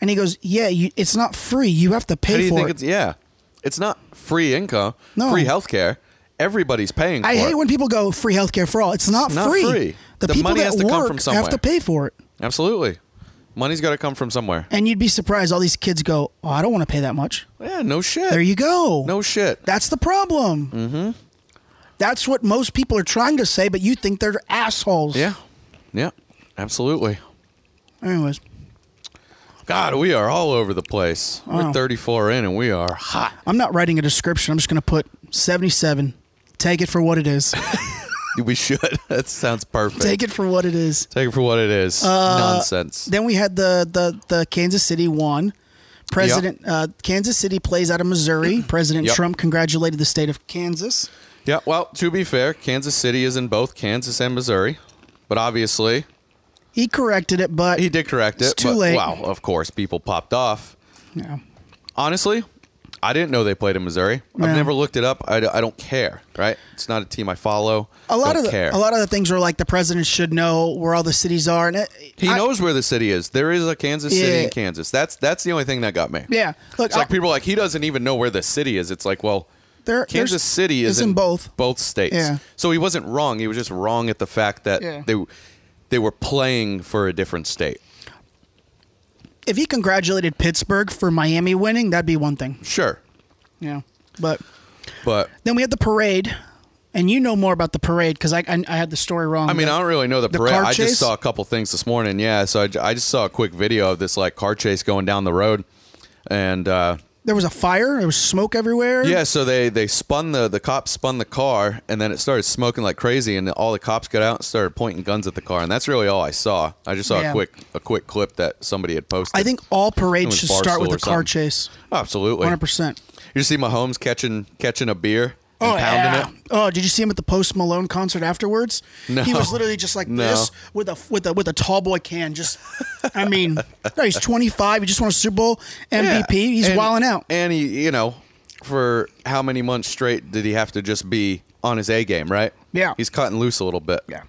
B: And he goes, yeah, you, it's not free. You have to pay
C: How do you
B: for
C: think
B: it.
C: it's yeah? It's not free income,
B: No.
C: free healthcare. Everybody's paying for
B: I hate
C: it.
B: when people go free healthcare for all. It's not,
C: not
B: free.
C: free.
B: The,
C: The
B: people
C: money
B: that
C: has to
B: work
C: come from
B: have
C: somewhere.
B: to pay for it.
C: Absolutely. Money's got to come from somewhere.
B: And you'd be surprised. All these kids go, "Oh, I don't want to pay that much."
C: Yeah, no shit.
B: There you go.
C: no shit.
B: That's the problem. Mm-hmm. That's what most people are trying to say, but you think they're assholes.
C: yeah. Yeah. Absolutely.
B: Anyways,
C: God, we are all over the place.
B: Wow.
C: We're 34 in and we are hot. *laughs*
B: I'm not writing a description. I'm just going to put 77. Take it for what it is.
C: We should. *laughs* that sounds perfect.
B: Take it Uh, for what it is.
C: Take it for what it is. Nonsense.
B: Then we had the the the Kansas City one. President uh, Kansas City plays out of
C: *clears throat*
B: Missouri. President
C: Yep.
B: Trump congratulated the state of Kansas.
C: Yeah, well, to be fair, Kansas City is in both Kansas and Missouri, but obviously
B: He corrected it, but
C: he did correct it.
B: It's too
C: but,
B: late.
C: Wow, of course, people popped off.
B: Yeah.
C: Honestly, I didn't know they played in Missouri.
B: Yeah.
C: I've never looked it up. I, d- I don't care. Right? It's not a team I follow.
B: a lot
C: Don't
B: of the,
C: care.
B: a lot of the things were like the president should know where all the cities are, and it,
C: he
B: I-
C: knows where the city is. There is a Kansas City
B: Yeah.
C: in Kansas. That's that's the only thing that got me.
B: Yeah, look,
C: It's like
B: I-
C: people are like he doesn't even know where the city is. It's like well,
B: There-
C: Kansas
B: there's-
C: City is
B: it's in both.
C: both states.
B: Yeah.
C: So he wasn't wrong. He was just wrong at the fact that
B: Yeah.
C: they they were playing for a different state.
B: If he congratulated Pittsburgh for Miami winning, that'd be one thing.
C: Sure,
B: Yeah, but
C: but
B: then we had the parade, and you know more about the parade because I, I I had the story wrong.
C: I mean,
B: but-
C: I don't really know the,
B: The
C: parade.
B: car
C: I
B: chase?
C: just saw a couple things this morning. Yeah, so I, j- I just saw a quick video of this like car chase going down the road, and uh,
B: there was a fire. There was smoke everywhere.
C: yeah, so they they spun the the cops spun the car, and then it started smoking like crazy, and all the cops got out and started pointing guns at the car, and that's really all I saw. I just saw
B: Yeah.
C: a quick a quick clip that somebody had posted.
B: I think all
C: It
B: parades
C: was
B: should start with
C: Barstool
B: a
C: or
B: car
C: something.
B: chase.
C: absolutely.
B: Hundred percent.
C: You see Mahomes catching catching a beer and pounding
B: yeah.
C: it.
B: Oh, did you see him at the Post Malone concert afterwards?
C: No.
B: He was literally just like
C: No.
B: this with a with a with a tall boy can. Just, I mean, no, he's 25. He just won a Super Bowl MVP.
C: *laughs* Yeah.
B: He's
C: And-
B: wilding out.
C: And he, you know, for how many months straight did he have to just be on his A game, right?
B: Yeah.
C: He's cutting loose a little bit.
B: Yeah.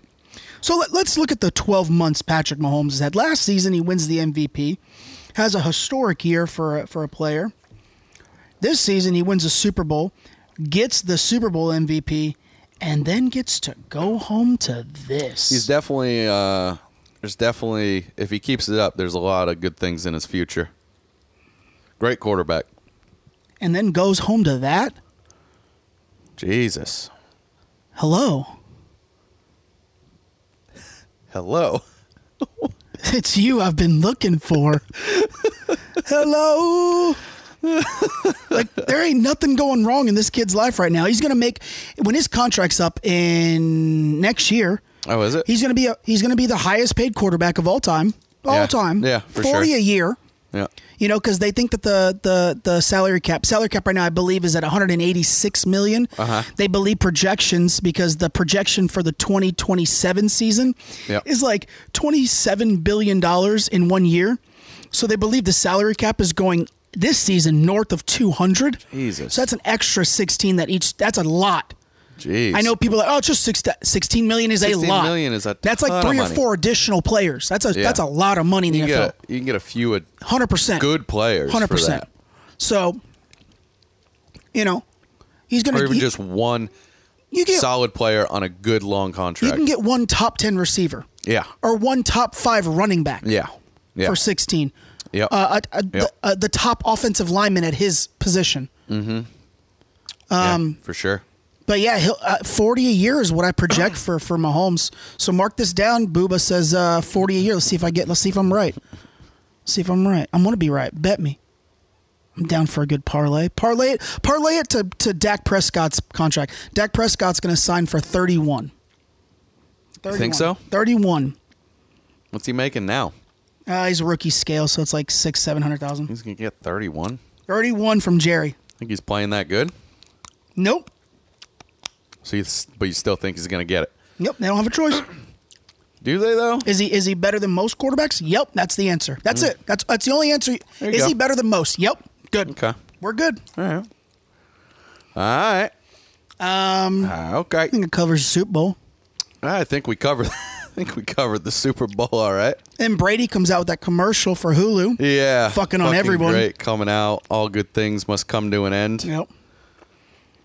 B: So let, us look at the 12 months Patrick Mahomes has had. Last season, he wins the MVP, has a historic year for a, for a player. This season, he wins a Super Bowl, gets the Super Bowl MVP, and then gets to go home to this.
C: He's definitely, uh, there's definitely, if he keeps it up, there's a lot of good things in his future. Great quarterback.
B: and then goes home to that?
C: Jesus.
B: Hello. *laughs*
C: Hello.
B: It's you I've been looking for. Hello. like there ain't nothing going wrong in this kid's life right now. He's gonna make when his contract's up in next year.
C: Oh, is it?
B: He's gonna be a, he's gonna be the highest paid quarterback of all time. All
C: Yeah.
B: time.
C: Yeah, for
B: forty
C: sure.
B: a year.
C: yeah.
B: You know, because they think that the, the the salary cap salary cap right now, I believe, is at 186 million.
C: Uh-huh.
B: They believe projections because the projection for the 2027 season
C: Yep.
B: is like 27 billion dollars in one year. So they believe the salary cap is going this season north of 200.
C: Jesus.
B: So that's an extra 16 that each. That's a lot.
C: Jeez.
B: I know people are like, oh, it's just six, 16 million is
C: 16
B: a lot.
C: million is a
B: that's like
C: ton of
B: three or
C: money.
B: four additional players. That's a
C: Yeah.
B: that's a lot of money in the
C: You can,
B: NFL.
C: get a, you can get a few uh,
B: Hundred percent.
C: good players. for
B: Hundred percent.
C: that.
B: So, you know, he's gonna
C: Or even
B: you,
C: just one
B: you get
C: solid player on a good long
B: you
C: contract.
B: can get one top ten receiver.
C: Yeah.
B: Or one top five running back.
C: yeah. Yeah.
B: For sixteen.
C: Yep.
B: Uh, a, a, The,
C: Yep.
B: uh, the top offensive lineman at his position.
C: um, for sure.
B: But yeah, he'll, uh, forty a year is what I project for for Mahomes. So mark this down. Booba says uh, forty a year. Let's see if I get. Let's see if I'm right. see if I'm right. I'm gonna be right. Bet me. I'm down for a good parlay. Parlay it. Parlay it to to Dak Prescott's contract. Dak Prescott's gonna sign for thirty one.
C: think so?
B: Thirty one.
C: What's he making now?
B: Uh, he's a rookie scale, so it's like six seven hundred thousand.
C: He's gonna get thirty-one.
B: Thirty one from Jerry.
C: Think he's playing that good?
B: Nope.
C: So, you, but you still think he's gonna get it?
B: Nope. They don't have a choice.
C: Do they though?
B: Is he is he better than most quarterbacks? Yep, that's the answer. That's it. That's that's the only answer.
C: you
B: Is
C: go.
B: he better than most? Yep. Good.
C: Okay.
B: We're good. I
C: All right. All right. Um. okay. Ah,
B: think it covers the Super Bowl.
C: I think we covered. *laughs* I think we covered the Super Bowl. All right.
B: And Brady comes out with that commercial for Hulu.
C: Yeah.
B: Fucking on everyone.
C: Great coming out. All good things must come to an end.
B: Yep.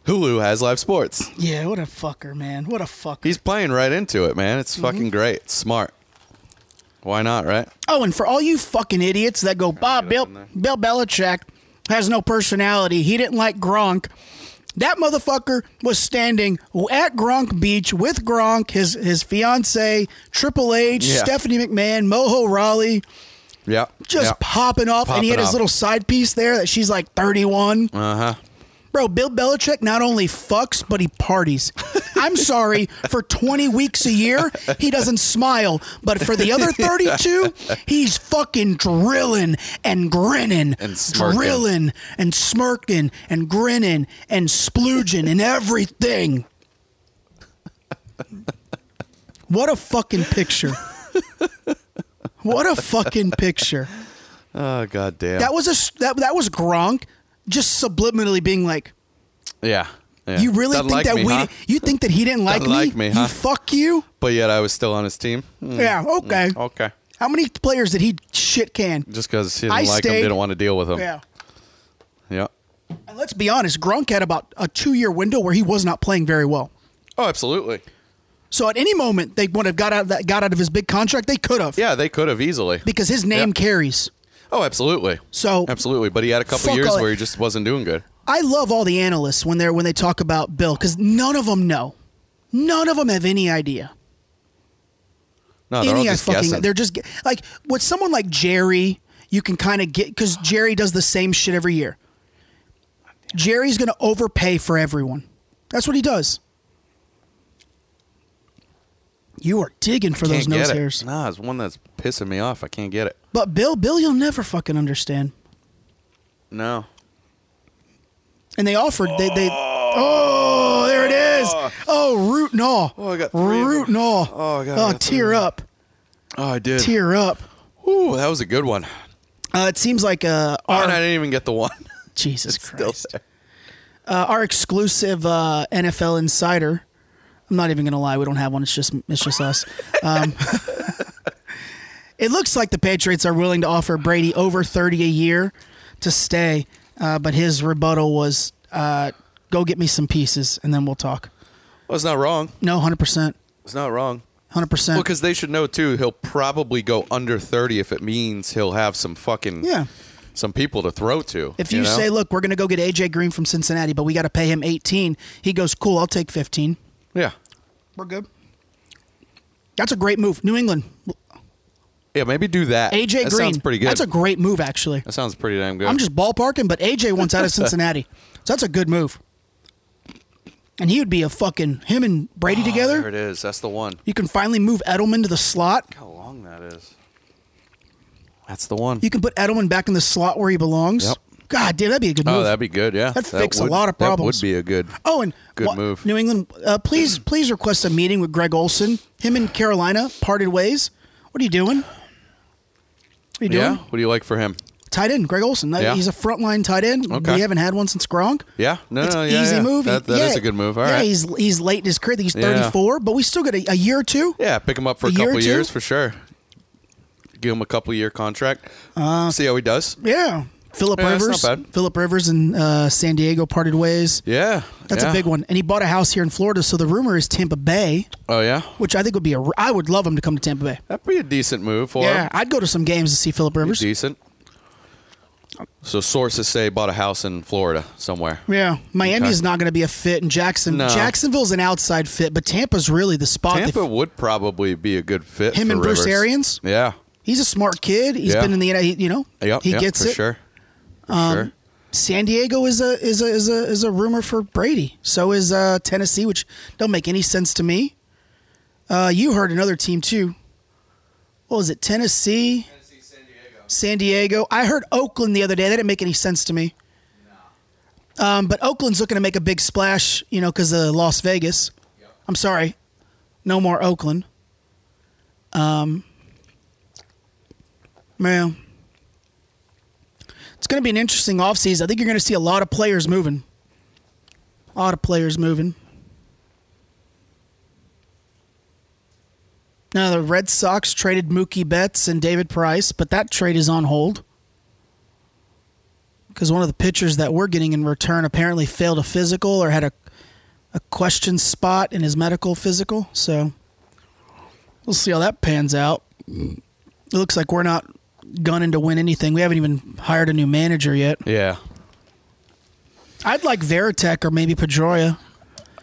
C: Hulu has live sports.
B: Yeah, what a fucker, man. What a fucker.
C: He's playing right into it, man.
B: Mm-hmm.
C: It's fucking great. It's smart. Why not, right?
B: oh, and for all you fucking idiots that go, Bob, Bill, Bill Belichick has no personality. He didn't like Gronk. That motherfucker was standing at Gronk Beach with Gronk, his his fiance, Triple H,
C: Yeah.
B: Stephanie McMahon, Moho Raleigh.
C: Yeah.
B: just
C: yeah.
B: popping off, and he
C: Popping
B: had his
C: off.
B: little side piece there that she's like 31.
C: Uh huh.
B: Bro, Bill Belichick not only fucks, but he parties. I'm sorry, for 20 weeks a year, he doesn't smile. But for the other 32, he's fucking drilling and grinning.
C: And smirking.
B: Drilling and smirking and grinning and splooging and everything. What a fucking picture. What a fucking picture.
C: Oh god damn.
B: That was a s- that that was Gronk just subliminally being like,
C: yeah. yeah.
B: "You really
C: Doesn't
B: think
C: like
B: that
C: me,
B: we?
C: huh?
B: You think that he didn't like
C: Doesn't
B: me?
C: like me, huh?"
B: You fuck you?
C: But yet I was still on his team. Hmm,
B: Yeah. Okay.
C: Okay.
B: How many players did he shit can?
C: Just because he didn't
B: I
C: like him,
B: stayed-
C: didn't want to deal with him.
B: Yeah.
C: Yeah.
B: And let's be honest, Gronk had about a two-year window where he was not playing very well.
C: Oh, absolutely.
B: So at any moment they would have got out of that, got out of his big contract. They could have.
C: Yeah, they could have easily.
B: Because his name
C: Yeah.
B: carries.
C: Oh, absolutely.
B: So-
C: absolutely, but he had a couple
B: Fuck
C: years
B: all-
C: where he just wasn't doing good.
B: I love all the analysts when they're when they talk about Bill because none of them know, none of them have any idea.
C: No, they're all
B: any I
C: just
B: fucking
C: guessing.
B: they're just like with someone like Jerry, you can kind of get because Jerry does the same shit every year. Jerry's gonna overpay for everyone. That's what he does. You are digging for those
C: Can't
B: nose
C: get it.
B: hairs,
C: Nah, it's one that's pissing me off. I can't get it.
B: but Bill, Bill, you'll never fucking understand.
C: No.
B: And they offered they they oh there it is oh root and all
C: Oh, I got three of
B: root and
C: them.
B: all
C: Oh, I got- I
B: oh
C: got three
B: tear
C: of them.
B: up
C: Oh, I did.
B: tear up.
C: Ooh, that was a good one.
B: Uh, it seems like uh,
C: Oh, and I
B: our
C: didn't even get the one. *laughs*
B: Jesus
C: Still
B: Christ.
C: there.
B: uh, our exclusive uh, NFL insider. I'm not even gonna lie, we don't have one. It's just it's just us. Um, *laughs* it looks like the Patriots are willing to offer Brady over 30 a year to stay, uh, but his rebuttal was, uh, "Go get me some pieces, and then we'll talk."
C: Well, it's not wrong.
B: No, 100, percent
C: It's not wrong.
B: 100.
C: Well,
B: percent
C: because they should know too. He'll probably go under thirty if it means he'll have some fucking
B: Yeah.
C: some people to throw to.
B: If you,
C: know?
B: say, "Look, we're gonna go get AJ Green from Cincinnati, but we got to pay him 18," he goes, "Cool, I'll take 15."
C: yeah,
B: We're good. That's a great move, New England.
C: yeah, maybe do that.
B: AJ
C: that
B: Green.
C: sounds pretty good.
B: That's a great move, actually.
C: that sounds pretty damn good.
B: I'm just ballparking, but AJ wants
C: *laughs*
B: out of Cincinnati, so that's a good move. And he would be a fucking him and Brady
C: Oh, There
B: together.
C: it is. That's the one.
B: You can finally move Edelman to the slot.
C: Look how long that is. That's the one.
B: You can put Edelman back in the slot where he belongs.
C: Yep.
B: God damn, that'd be a good move.
C: oh, that'd be good. Yeah,
B: That'd
C: That
B: fix a
C: would-
B: lot of problems.
C: That would be a good.
B: Oh, and
C: Good
B: wa-
C: move.
B: New England, uh, please, please request a meeting with Greg Olson. Him and Carolina parted ways. What are you doing? What are you doing?
C: yeah. What do you like for him?
B: Tight end, Greg Olson.
C: Yeah.
B: He's a frontline tight end.
C: Okay.
B: We haven't had one since Gronk.
C: Yeah. No.
B: It's
C: no. Yeah.
B: easy
C: yeah.
B: move.
C: That, that is
B: yeah,
C: a good move. All
B: yeah,
C: right.
B: he's he's late in his career. I think He's
C: Yeah.
B: 34, but we still got a, a year or two.
C: Yeah, pick him up for
B: A
C: a,
B: year or
C: couple
B: two?
C: years for sure. Give him a couple year contract.
B: Uh,
C: See how he does.
B: Yeah. Philip
C: Yeah, that's
B: Rivers.
C: not bad.
B: Philip Rivers and uh, San Diego parted ways.
C: Yeah,
B: That's
C: yeah.
B: a big one. And he bought a house here in Florida, so the rumor is Tampa Bay,
C: Oh yeah,
B: which I think would be a r- I would love him to come to Tampa Bay.
C: that'd be a decent move for
B: Yeah,
C: him.
B: I'd go to some games to see Philip
C: Be
B: Rivers.
C: decent. So sources say he bought a house in Florida somewhere.
B: Yeah, Miami
C: Okay.
B: is not going to be a fit, and Jackson
C: No.
B: Jacksonville's an outside fit, but Tampa's really the spot. They-
C: Tampa would probably be a good fit.
B: Him
C: for
B: and Bruce
C: Rivers.
B: Arians?
C: Yeah.
B: he's a smart kid. He's
C: Yeah.
B: been in the he- you know
C: Yep.
B: he
C: yep,
B: gets
C: for
B: it. Um,
C: Sure. For sure.
B: San Diego is a is a is a is a rumor for Brady. So is uh, Tennessee, which don't make any sense to me. Uh, you heard another team too. What was it? Tennessee, San Diego. I heard Oakland the other day. That didn't make any sense to me. Um, but Oakland's looking to make a big splash, you know, because of Las Vegas. I'm sorry, no more Oakland. Um, man, it's going to be an interesting offseason. I think you're going to see a lot of players moving. A lot of players moving. Now, the Red Sox traded Mookie Betts and David Price, but that trade is on hold. Because one of the pitchers that we're getting in return apparently failed a physical or had a, a question spot in his medical physical. So we'll see how that pans out. It looks like we're not gunning to win anything. We haven't even hired a new manager yet.
C: Yeah.
B: I'd like Veritek or maybe Pedroia.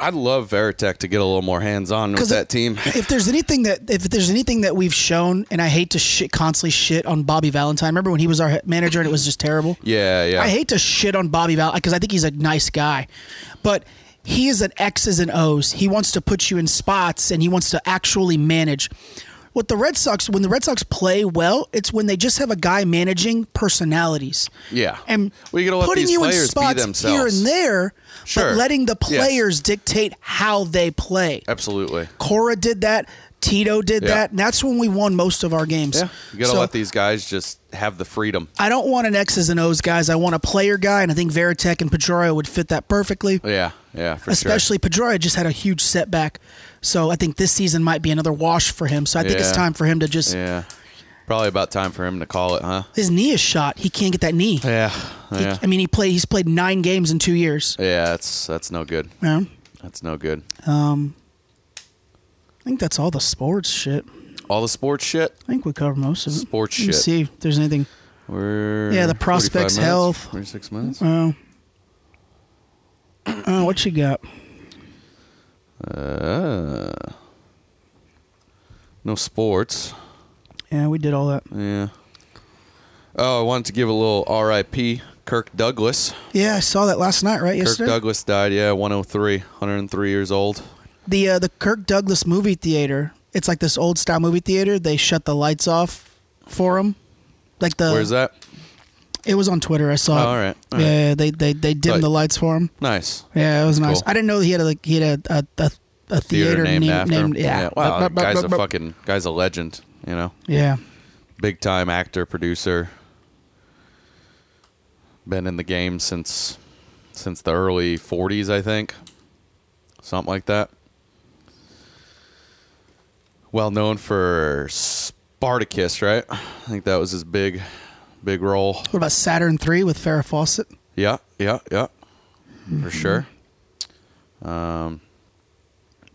C: I'd love Veritek to get a little more hands on with that team. *laughs*
B: if there's anything that if there's anything that we've shown, and I hate to shit, constantly shit on Bobby Valentine. Remember when he was our he- manager and it was just terrible.
C: Yeah, yeah.
B: I hate to shit on Bobby Val because I think he's a nice guy, but he is an X's and O's. He wants to put you in spots and he wants to actually manage. What the Red Sox, when the Red Sox play well, it's when they just have a guy managing personalities.
C: Yeah.
B: and
C: We gotta let
B: putting
C: these
B: you in
C: players be
B: spots here
C: themselves.
B: and there,
C: Sure.
B: but letting the
C: Yes.
B: players dictate how they play.
C: Absolutely.
B: Cora did that. Tito did
C: Yeah.
B: that. And that's when we won most of our games.
C: Yeah. You gotta
B: So-
C: let these guys just have the freedom.
B: I don't want an X's and O's guys. I want a player guy, and I think Veritek and Pedroia would fit that perfectly.
C: Yeah, yeah, for
B: Especially Pedroia just had a huge setback, so I think this season might be another wash for him. So I think it's
C: Yeah.
B: time for him to just
C: sure. Yeah. Probably about time for him to call it, huh?
B: his knee is shot. He can't get that knee.
C: Yeah.
B: He-
C: Yeah.
B: I mean, he played. He's played nine games in two years.
C: Yeah, that's that's no good.
B: Yeah.
C: That's no good.
B: I think that's all the sports shit.
C: All the sports shit.
B: I think we covered most of it.
C: Sports
B: Let me
C: shit.
B: See if there's anything.
C: We're
B: Yeah, the prospects'
C: 45 minutes,
B: health.
C: Forty-six minutes.
B: Oh. Oh, what you got?
C: Uh, no sports.
B: Yeah, we did all that.
C: Yeah. Oh, I wanted to give a little R.I.P. Kirk Douglas.
B: Yeah, I saw that last night, right?
C: Kirk
B: Yesterday.
C: Douglas died. Yeah, 103, 103 years old.
B: the uh, the Kirk Douglas movie theater. It's like this old style movie theater. They shut the lights off for him. Like the
C: Where's that?
B: It was on Twitter. I saw.
C: Oh,
B: it.
C: all right, all
B: yeah, they they they dimmed
C: Like-
B: the lights for him.
C: Nice.
B: Yeah, it was nice.
C: cool.
B: I didn't know he had a like, he had a a, a, a
C: Theater,
B: theater,
C: named
B: name-
C: after
B: named-
C: him.
B: yeah.
C: Wow,
B: Bup, bup,
C: guy's
B: bup,
C: a
B: bup.
C: fucking guy's a legend. You know,
B: Yeah.
C: big time actor, producer. Been in the game since since the early 40s, I think. Something like that. Well known for Spartacus, right? I think that was his big big role.
B: What about Saturn Three with Farrah Fawcett?
C: Yeah, yeah, yeah. For sure. Um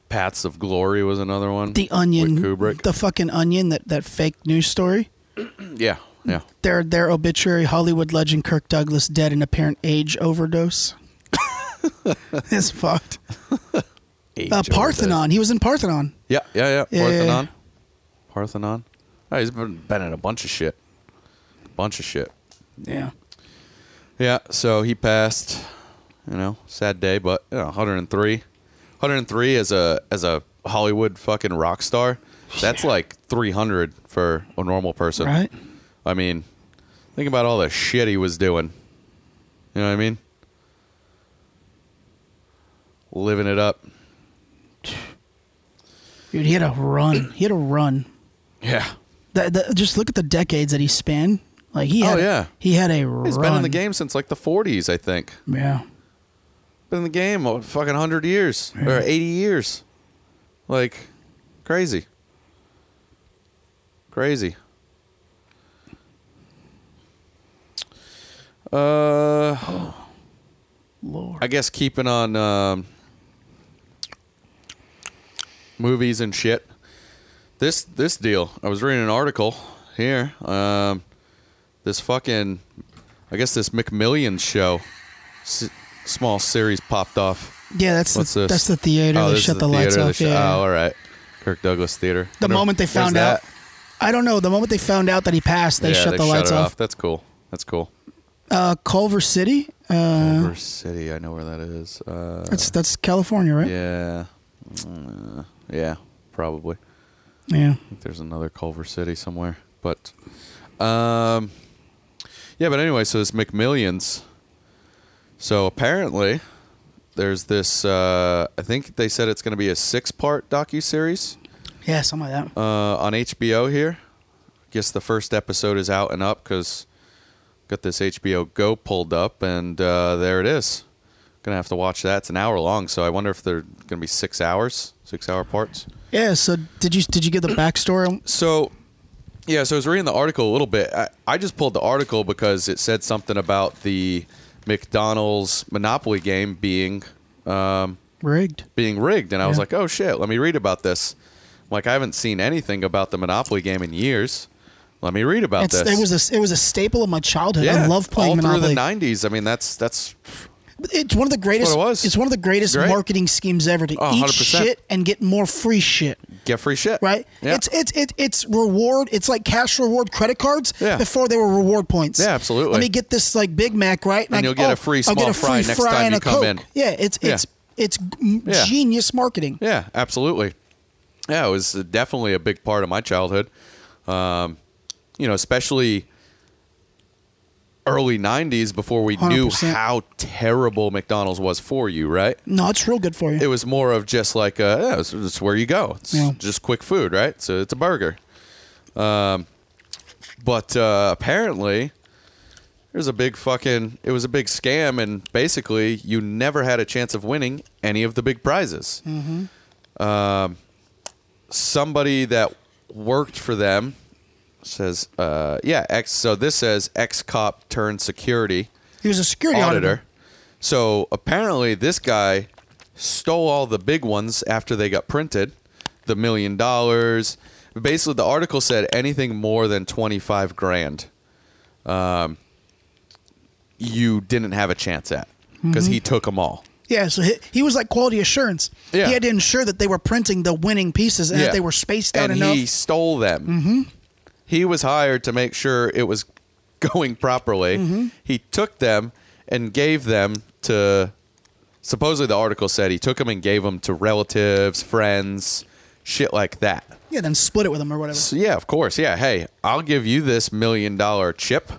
C: Paths of Glory was another one.
B: The Onion,
C: With Kubrick.
B: the fucking Onion, that that fake news story.
C: yeah, yeah.
B: Their their obituary: Hollywood legend Kirk Douglas dead in apparent age
C: *laughs*
B: overdose. it's fucked. Uh,
C: Age overdose.
B: Parthenon. He was in Parthenon.
C: Yeah, yeah, yeah.
B: Yeah, yeah, yeah.
C: Parthenon. Parthenon. Oh, he's been, been in a bunch of shit. Bunch of shit.
B: Yeah.
C: Yeah, so he passed, you know, sad day, but you know, 103. 103 as a as a Hollywood fucking rock star. That's like 300 for a normal person.
B: Right.
C: I mean, think about all the shit he was doing. You know what I mean? Living it up.
B: Dude, he had a run. He had a run.
C: Yeah.
B: That, that, just look at the decades that he spanned. Like he had,
C: Oh, yeah.
B: he had a
C: He's
B: run.
C: been in the game since like the 40s, I think.
B: Yeah,
C: been in the game oh, fucking 100 years or 80 years. Like, crazy. Crazy. Uh,
B: Lord.
C: I guess keeping on um, movies and shit. This this deal. I was reading an article here. Um, this fucking, I guess this McMillian show, s- small series popped off.
B: yeah, that's
C: What's
B: the,
C: this?
B: that's the theater.
C: Oh,
B: they
C: this is
B: shut the, lights
C: theater they
B: off.
C: shut-
B: yeah.
C: Oh, all right. Kirk Douglas Theater.
B: The
C: Wonder-
B: moment they
C: where's
B: found
C: that?
B: out, I don't know. The moment they found out that he passed, they
C: yeah,
B: shut
C: they
B: the lights
C: it
B: off.
C: That's cool. That's cool.
B: Uh, Culver City. Uh,
C: Culver City. I know where that is. Uh,
B: that's that's California, right?
C: yeah. Mm, yeah. Probably.
B: Yeah.
C: think there's another Culver City somewhere, but um, yeah. But anyway, so it's McMillions. So apparently, there's this. Uh, I think they said it's going to be a six-part docu series
B: Yeah, something like that.
C: uh, on HBO here. guess the first episode is out and up because got this HBO Go pulled up, and uh, there it is. Gonna have to watch that. It's an hour long, so I wonder if they're gonna be six hours, six-hour parts.
B: yeah. So did you did you give the backstory?
C: So, yeah, so I was reading the article a little bit. I, I just pulled the article because it said something about the McDonald's Monopoly game being
B: Rigged.
C: being rigged, and I was
B: Yeah.
C: like, oh shit, let me read about this. I'm like, I haven't seen anything about the Monopoly game in years. Let me read about
B: It's, it
C: this.
B: was a it was a staple of my childhood. I love playing
C: all
B: Monopoly.
C: through the '90s. I mean, that's that's
B: It's one of the greatest.
C: what it was.
B: It's one of the greatest
C: Great.
B: marketing schemes ever to
C: Oh,
B: eat
C: 100%.
B: shit and get more free shit.
C: Get free shit.
B: Right?
C: Yeah.
B: It's it's it, it's reward. It's like cash reward credit cards
C: Yeah.
B: before they were reward points.
C: Yeah, absolutely.
B: Let me get this like Big Mac right,
C: And
B: I-
C: you'll get a
B: oh,
C: free
B: I'll get
C: small
B: a free
C: fry next time
B: and
C: you
B: a
C: come in.
B: Coke. Yeah, it's
C: Yeah.
B: it's it's g-
C: Yeah.
B: genius marketing.
C: yeah, absolutely. Yeah, it was definitely a big part of my childhood. Um, you know, especially early 90s before we knew
B: 100%.
C: how terrible McDonald's was for you, right?
B: No, it's real good for you.
C: it was more of just like uh yeah, it's, it's where you go it's
B: Yeah.
C: just quick food right so it's a burger um but uh apparently there's a big fucking it was a big scam and basically you never had a chance of winning any of the big prizes um somebody that worked for them says uh yeah ex so this says ex cop turned security
B: he was a security auditor.
C: auditor. So apparently, this guy stole all the big ones after they got printed, the million dollars. Basically, the article said anything more than twenty five grand, um, you didn't have a chance at because
B: Mm-hmm.
C: he took them all.
B: Yeah, so he, he was like quality assurance.
C: Yeah.
B: He had to ensure that they were printing the winning pieces and
C: Yeah.
B: that they were spaced out
C: and
B: enough.
C: he stole them. Mm-hmm. He was hired to make sure it was *laughs* going properly.
B: Mm-hmm.
C: He took them and gave them to. Supposedly, the article said he took them and gave them to relatives, friends, shit like that.
B: yeah, then split it with him or whatever.
C: So yeah, of course. Yeah, hey, I'll give you this million dollar chip,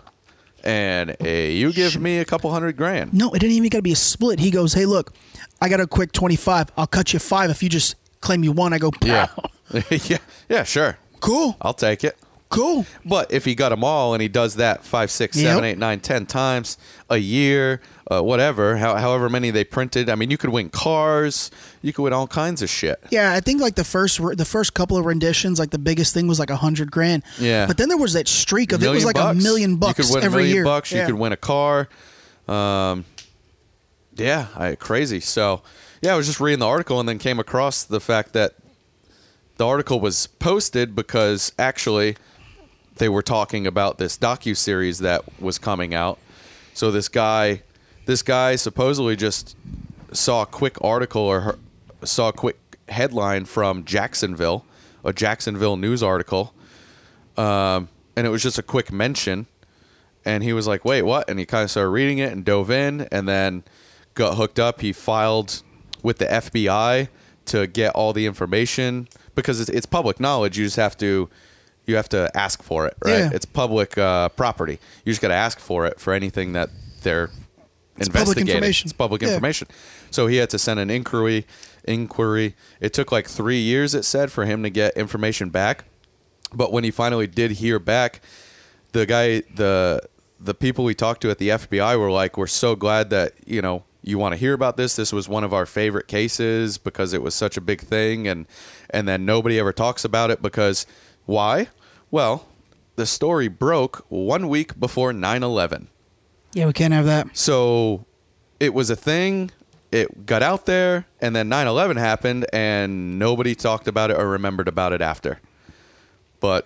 C: and uh, you give me a couple hundred grand.
B: No, it didn't even got to be a split. He goes, "Hey, look, I got a quick twenty-five. I'll cut you five if you just claim you won." I go,
C: Yeah,
B: "Yeah,
C: yeah, *laughs* yeah. Sure,
B: cool,
C: I'll take it.
B: cool."
C: But if he got them all and he does that five, six,
B: Yep.
C: seven, eight, nine, ten times a year, uh, whatever, how, however many they printed, I mean, you could win cars, you could win all kinds of shit.
B: Yeah, I think like the first re- the first couple of renditions, like the biggest thing was like a hundred grand.
C: Yeah.
B: but then there was that streak of it was like a million bucks
C: You could win
B: every
C: a million
B: year.
C: bucks. You
B: Yeah.
C: could win a car. Um, yeah, I, crazy. So, yeah, I was just reading the article and then came across the fact that the article was posted because actually they were talking about this docu series that was coming out. So this guy, this guy supposedly just saw a quick article or her, saw a quick headline from Jacksonville, a Jacksonville news article, um, and it was just a quick mention. And he was like, "Wait, what?" And he kind of started reading it and dove in, and then got hooked up. He filed with the FBI to get all the information because it's, it's public knowledge. You just have to you have to ask for it, right?
B: Yeah.
C: It's public uh, property. You just got to ask for it for anything that they're
B: public
C: investigating.
B: information.
C: It's public
B: Yeah.
C: information. So he had to send an inquiry. Inquiry. It took like three years. It said for him to get information back, but when he finally did hear back, the guy, the the people we talked to at the FBI were like, "We're so glad that you know you want to hear about this. This was one of our favorite cases because it was such a big thing, and and then nobody ever talks about it because why? Well." The story broke one week before 9 11.
B: Yeah, we can't have that.
C: So it was a thing. It got out there, and then 9 11 happened, and nobody talked about it or remembered about it after. But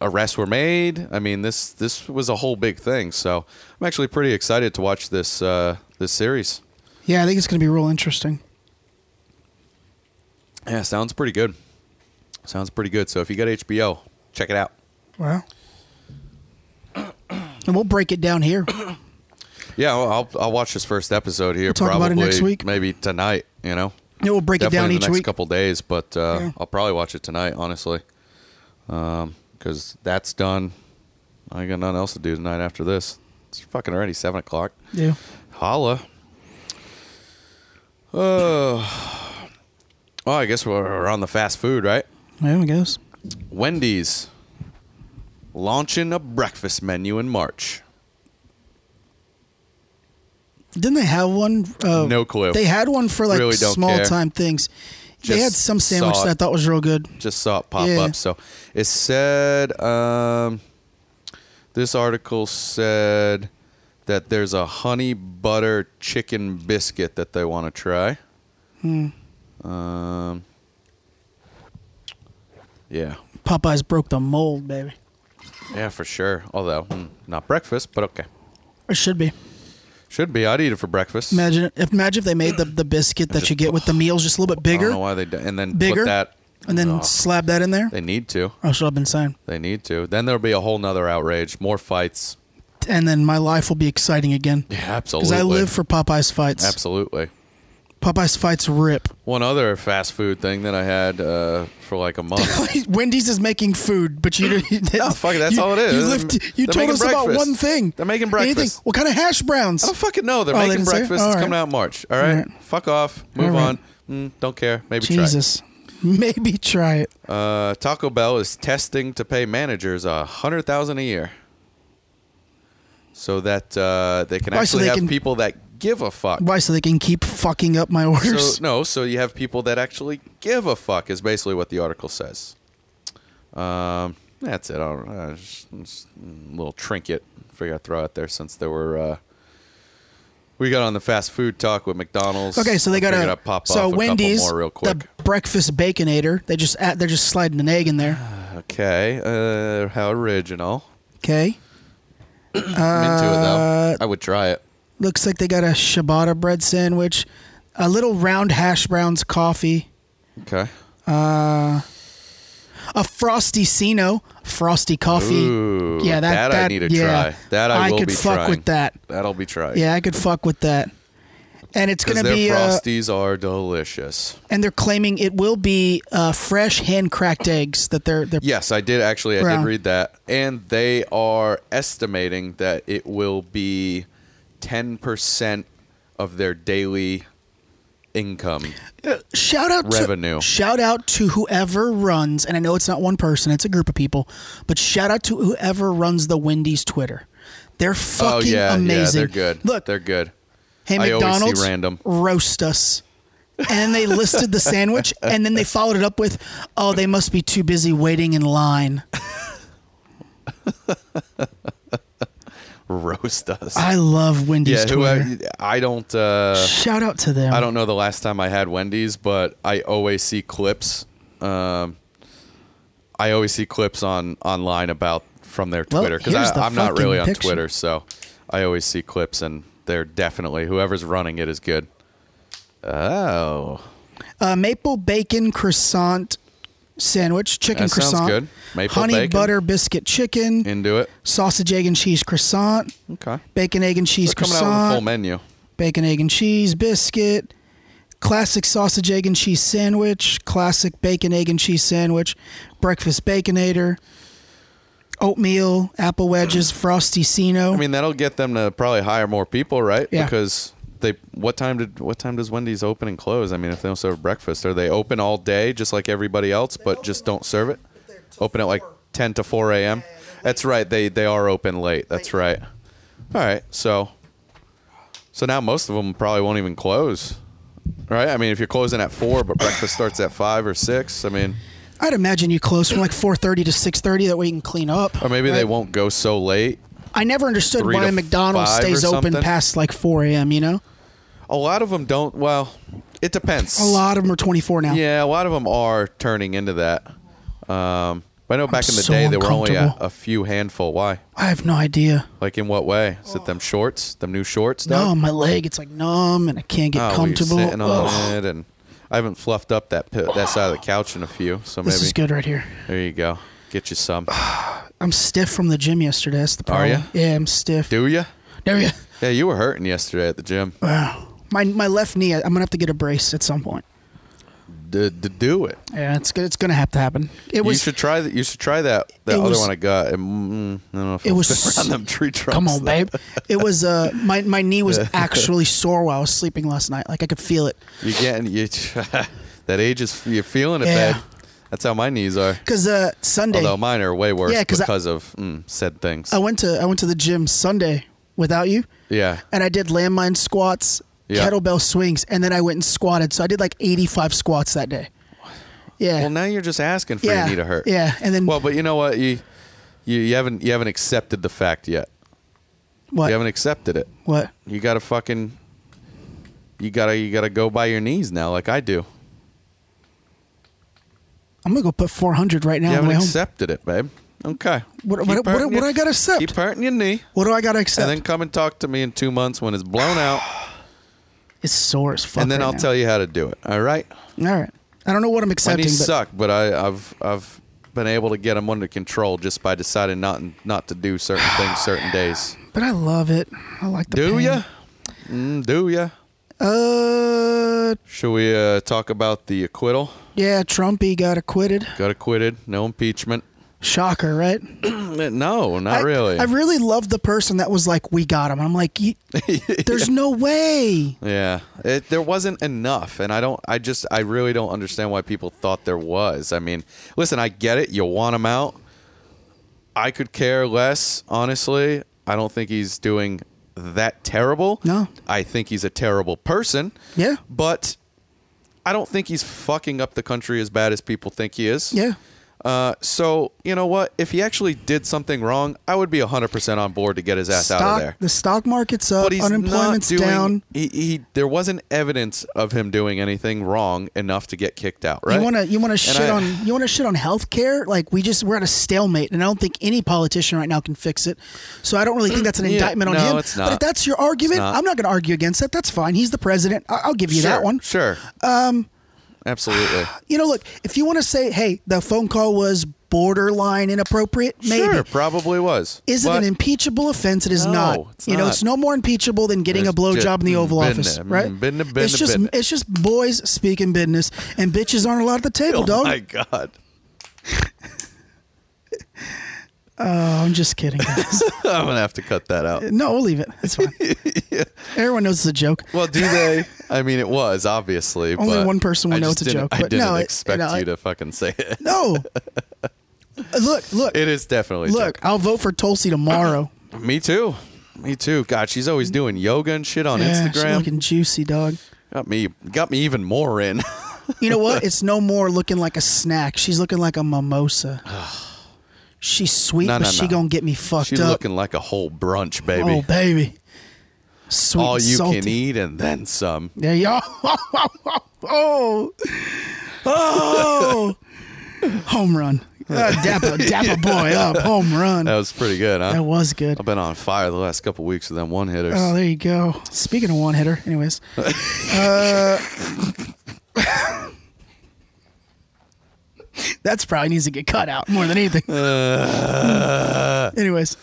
C: arrests were made. I mean, this this was a whole big thing. So I'm actually pretty excited to watch this uh, this series.
B: Yeah, I think it's gonna be real interesting.
C: Yeah, sounds pretty good. Sounds pretty good. So if you got HBO, check it out.
B: Wow. *clears throat* And we'll break it down here.
C: Yeah, I'll, I'll, I'll watch this first episode here.
B: talk
C: probably
B: about it next week.
C: maybe tonight. You know,
B: Yeah, we'll break it
C: Definitely
B: down
C: in
B: each
C: the next
B: week.
C: couple days, but uh,
B: Yeah.
C: I'll probably watch it tonight, honestly, because that's done. I got nothing else to do tonight after this. It's fucking already seven o'clock.
B: Yeah.
C: Holla. *sighs* Oh, oh, I guess we're on the fast food, right?
B: There we goes.
C: Wendy's launching a breakfast menu in March.
B: Didn't they have one? Uh,
C: No clue.
B: They had one for like
C: Really don't
B: small
C: care.
B: time things. they
C: Just
B: had some sandwich
C: saw it.
B: that I thought was real good.
C: just saw it pop
B: Yeah.
C: up. So it said um, this article said that there's a honey butter chicken biscuit that they want to try.
B: Hmm.
C: Um, yeah,
B: Popeyes broke the mold, baby.
C: hmm, yeah, for sure. Although mm, not breakfast, but okay.
B: Or should be.
C: Should be. I'd eat it for breakfast.
B: Imagine if imagine if they made the, the biscuit that
C: just
B: you get
C: *sighs*
B: with the meals just a little bit
C: I don't
B: bigger,
C: know why they do, and then
B: Bigger?
C: put that
B: and then
C: Oh,
B: slab that in there. Oh,
C: they need to.
B: That's what I've been saying.
C: They need to. Then there'll be a whole nother outrage, more fights.
B: And then my life will be exciting again
C: Yeah,
B: because
C: absolutely.
B: I live for Popeyes fights.
C: absolutely.
B: Popeyes fights rip.
C: One other fast food thing that I had uh, for like
B: *laughs*
C: a month.
B: *coughs* Wendy's is making food, but *coughs* you
C: *coughs* No, fuck it, that's all it is.
B: You,
C: They're-
B: lived, you
C: they're
B: told
C: making
B: us about
C: breakfast.
B: one thing.
C: They're making breakfast.
B: What kind of hash browns?
C: I don't fucking know. They're
B: Oh, they
C: making
B: didn't say?
C: breakfast.
B: All
C: It's
B: right.
C: coming out in March. All right.
B: All right.
C: Fuck off. Move
B: right.
C: on. Mm, don't care. Maybe
B: Jesus, *laughs* maybe try it.
C: try. Uh, Taco Bell is testing to pay managers a hundred thousand a year, so that uh, they can
B: Why, so
C: actually
B: they
C: have
B: can-
C: people that give a fuck.
B: Why? So they can keep fucking up my orders.
C: So, no, so you have people that actually give a fuck is basically what the article says. Um, that's it. I don't know. Just, just a little trinket. Figure I'd throw out there since there were. Uh, we got on the fast food talk with McDonald's.
B: Okay, so they
C: I
B: got
C: figured
B: a
C: I'd pop
B: so
C: off a couple
B: Wendy's
C: more real quick.
B: the breakfast baconator. They just add, they're just sliding an egg in there.
C: *sighs* okay, uh, how original.
B: Okay,
C: I'm into it
B: Uh,
C: though. I would try it.
B: looks like they got a ciabatta bread sandwich, a little round hash browns coffee,
C: Okay.
B: a frosty Sino, frosty coffee.
C: Ooh,
B: yeah, that,
C: that I need to
B: yeah.
C: try. That I will
B: could
C: be
B: fuck
C: trying.
B: with that.
C: That'll be tried.
B: Yeah, I could fuck with that. And it's
C: Because
B: gonna
C: their
B: be uh,
C: frosties are delicious.
B: and they're claiming it will be uh, fresh hand cracked eggs that they're they're
C: Yes, I did actually. I
B: Brown.
C: did read that, and they are estimating that it will be ten percent of their daily income.
B: Uh, shout out
C: Revenue.
B: To, shout out to whoever runs, and I know it's not one person; it's a group of people. But shout out to whoever runs the Wendy's Twitter. They're
C: oh
B: fucking
C: yeah,
B: amazing.
C: yeah, they're good.
B: Look,
C: they're good.
B: hey
C: I always see
B: McDonald's,
C: random.
B: roast us. And then they listed the
C: *laughs*
B: sandwich, and then they followed it up with, "Oh, they must be too busy waiting in line."
C: Roast us.
B: I love Wendy's
C: yeah, who
B: Twitter.
C: I, I don't. Uh,
B: shout out to them.
C: I don't know the last time I had Wendy's, but I always see clips. Um, I always see clips on online about from their
B: Well,
C: Twitter
B: here's
C: because
B: the
C: I'm not really
B: fucking
C: on
B: picture.
C: Twitter, so I always see clips, and they're definitely whoever's running it is good. Oh,
B: a Uh, maple bacon croissant sandwich, chicken
C: That sounds
B: croissant,
C: good. Maple
B: honey
C: bacon.
B: butter biscuit chicken,
C: into it.
B: sausage egg and cheese croissant,
C: Okay,
B: bacon egg and cheese
C: they're coming out with a full
B: croissant,
C: menu.
B: bacon egg and cheese biscuit, classic sausage egg and cheese sandwich, classic bacon egg and cheese sandwich, breakfast baconator, oatmeal, apple
C: *clears throat*
B: wedges, frosty sino.
C: I mean, that'll get them to probably hire more people, right?
B: Yeah.
C: Because they what time did what time does Wendy's open and close? I mean, if they don't serve breakfast, are they open all day just like everybody else, but just don't serve it? Open at like ten to four a.m. That's right. They they are open late. That's right. All right. So so now most of them probably won't even close. Right? I mean, if you're closing at four, but breakfast starts at five or six, I mean,
B: I'd imagine you close from like 4:30 to 6:30 that way you can clean up.
C: or maybe
B: right?
C: they won't go so late.
B: I never understood
C: Three
B: why
C: to
B: McDonald's
C: five or
B: stays open
C: something?
B: past like 4 a.m. You know,
C: A lot of them don't. Well, it depends.
B: a lot of them are 24 now.
C: Yeah, a lot of them are turning into that. Um, but I know back in the
B: so
C: day there were only a,
B: uncomfortable.
C: a few handful. Why?
B: I have no idea.
C: Like in what way? Is it them shorts? Them new shorts?
B: No,
C: dog?
B: my leg it's like numb and I can't get
C: Oh, well, you're
B: comfortable.
C: sitting on
B: Ugh.
C: it, and I haven't fluffed up that pi- that side of the couch in a few. So maybe
B: This is good right here.
C: there you go. Get you some.
B: I'm stiff from the gym yesterday. That's the
C: Are
B: problem.
C: ya?
B: Yeah, I'm stiff.
C: Do you?
B: There you.
C: Yeah, you were hurting yesterday at the gym.
B: My my left knee. I'm gonna have to get a brace at some point.
C: D- d- do it.
B: Yeah, it's good. It's gonna have to happen. It
C: You
B: was.
C: should try that. You should try that. That
B: It
C: other
B: was-
C: one I got. And, mm, I don't know if
B: It
C: I'll
B: was
C: *laughs* fit around
B: so-
C: them tree trunks.
B: Come on,
C: though.
B: babe. It was uh my my knee
C: *laughs*
B: was actually sore while I was sleeping last night. Like I could feel it
C: You're getting you. *laughs* that age is you're feeling it
B: Yeah.
C: bad. That's how my knees are.
B: because uh Sunday
C: Although mine are way worse
B: Yeah, 'cause I- Oh.
C: because of mm, said things.
B: I went to I went to the gym Sunday without you.
C: yeah.
B: and I did landmine squats,
C: Yeah.
B: kettlebell swings, and then I went and squatted. So I did like 85 squats that day. Yeah.
C: Well, now you're just asking for
B: yeah.
C: your knee to hurt.
B: Yeah. And then
C: Well, but you know what? You, you you haven't you haven't accepted the fact yet.
B: what?
C: You haven't accepted it.
B: what?
C: You gotta fucking. You gotta you gotta go by your knees now, like I do.
B: I'm going to go put 400 right now on the
C: You haven't
B: way home.
C: accepted it, babe. Okay.
B: What- what-
C: Keep
B: what-
C: hurting
B: what
C: your-
B: I gotta accept?
C: Keep hurting your knee,
B: What do I gotta
C: and
B: accept?
C: then come and talk to me in two months when it's blown out,
B: it's sore as fuck.
C: and then
B: right
C: I'll
B: now.
C: tell you how to do it. All right.
B: All right. I don't know what I'm
C: My
B: accepting,
C: knees
B: but
C: suck, but I, I've I've been able to get them under control just by deciding not not to do certain
B: *sighs*
C: things certain days.
B: but I love it. I like the
C: Do
B: pain.
C: ya? Mm, do ya?
B: Uh,
C: Should we uh, talk about the acquittal?
B: yeah. Trumpy got acquitted.
C: Got acquitted. No impeachment.
B: Shocker, right?
C: No,
B: I-
C: not really.
B: I really loved the person that was like, "We got him." I'm like,
C: *laughs*
B: "You- "There's no way."
C: Yeah, it, there wasn't enough, and I don't. I just, I really don't understand why people thought there was. I mean, listen, I get it. You want him out. I could care less, honestly. I don't think he's doing that terrible.
B: No.
C: I think he's a terrible person.
B: Yeah.
C: but I don't think he's fucking up the country as bad as people think he is.
B: Yeah.
C: Uh, so you know what? If he actually did something wrong, I would be hundred percent on board to get his ass
B: stock,
C: out of there
B: The stock market's up.
C: but he's
B: unemployment's
C: not doing,
B: down.
C: He, he there wasn't evidence of him doing anything wrong enough to get kicked out. Right?
B: You want to you want to
C: And
B: shit
C: I-
B: on you want to shit on healthcare? Like we just we're at a stalemate, and I don't think any politician right now can fix it. So I don't really think that's an
C: *clears throat* Yeah,
B: indictment on
C: no,
B: him.
C: it's
B: But if
C: not.
B: that's your argument,
C: not.
B: I'm not going to argue against that. That's fine. He's the president. I- I'll give you
C: sure,
B: that one.
C: Sure. Um. Absolutely.
B: You know, look if you want to say, hey, the phone call was borderline inappropriate, *sighs* maybe.
C: Sure. Probably was.
B: Is it
C: But
B: an impeachable offense? It is
C: No,
B: not.
C: it's
B: you know,
C: not.
B: it's no more impeachable than getting a
C: It's just Mm,
B: blowjob in the Oval
C: business,
B: Office, right?
C: business,
B: it's
C: business,
B: just
C: business.
B: it's just boys speaking business, and bitches aren't allowed at the table,
C: Oh
B: dog.
C: my god. *laughs*
B: I'm just kidding. guys.
C: I'm gonna have to cut that
B: *laughs*
C: out.
B: no, we'll leave it. It's
C: *laughs*
B: fine. Everyone knows it's a joke.
C: Well, do they? I mean, it was obviously.
B: Only
C: but
B: one person would
C: I
B: know
C: just
B: it's a
C: didn't-
B: joke,
C: I
B: but
C: didn't
B: no, it-
C: expect
B: you know,
C: you
B: I-
C: to fucking say it. *laughs*
B: No. look, look,
C: It is definitely. a
B: look.
C: joke.
B: I'll vote for Tulsi tomorrow.
C: Me too. Me too. God, she's always doing yoga and shit *clears throat* on
B: Mm. Yeah, she's
C: Instagram.
B: looking juicy, dog.
C: got me, got me even more in. *laughs*
B: You know what? It's no more looking like a snack. She's looking like a
C: *sighs*
B: mimosa. She's sweet,
C: No,
B: but
C: no,
B: she
C: no.
B: gonna get me fucked
C: she's
B: up.
C: looking like a whole brunch, baby.
B: Oh, baby. Sweet
C: all
B: and
C: you
B: salty.
C: can eat and then some.
B: There you are. *laughs* oh.
C: *laughs*
B: Oh. Home run. Uh, dapper, dapper boy
C: *laughs*
B: up. Home run.
C: That was pretty good, huh?
B: That was good.
C: I've been on fire the last couple weeks with them one hitters.
B: Oh, there you go. Speaking of one hitter, anyways. Uh, *laughs* that's probably needs to get cut out more than anything.
C: Uh,
B: anyways,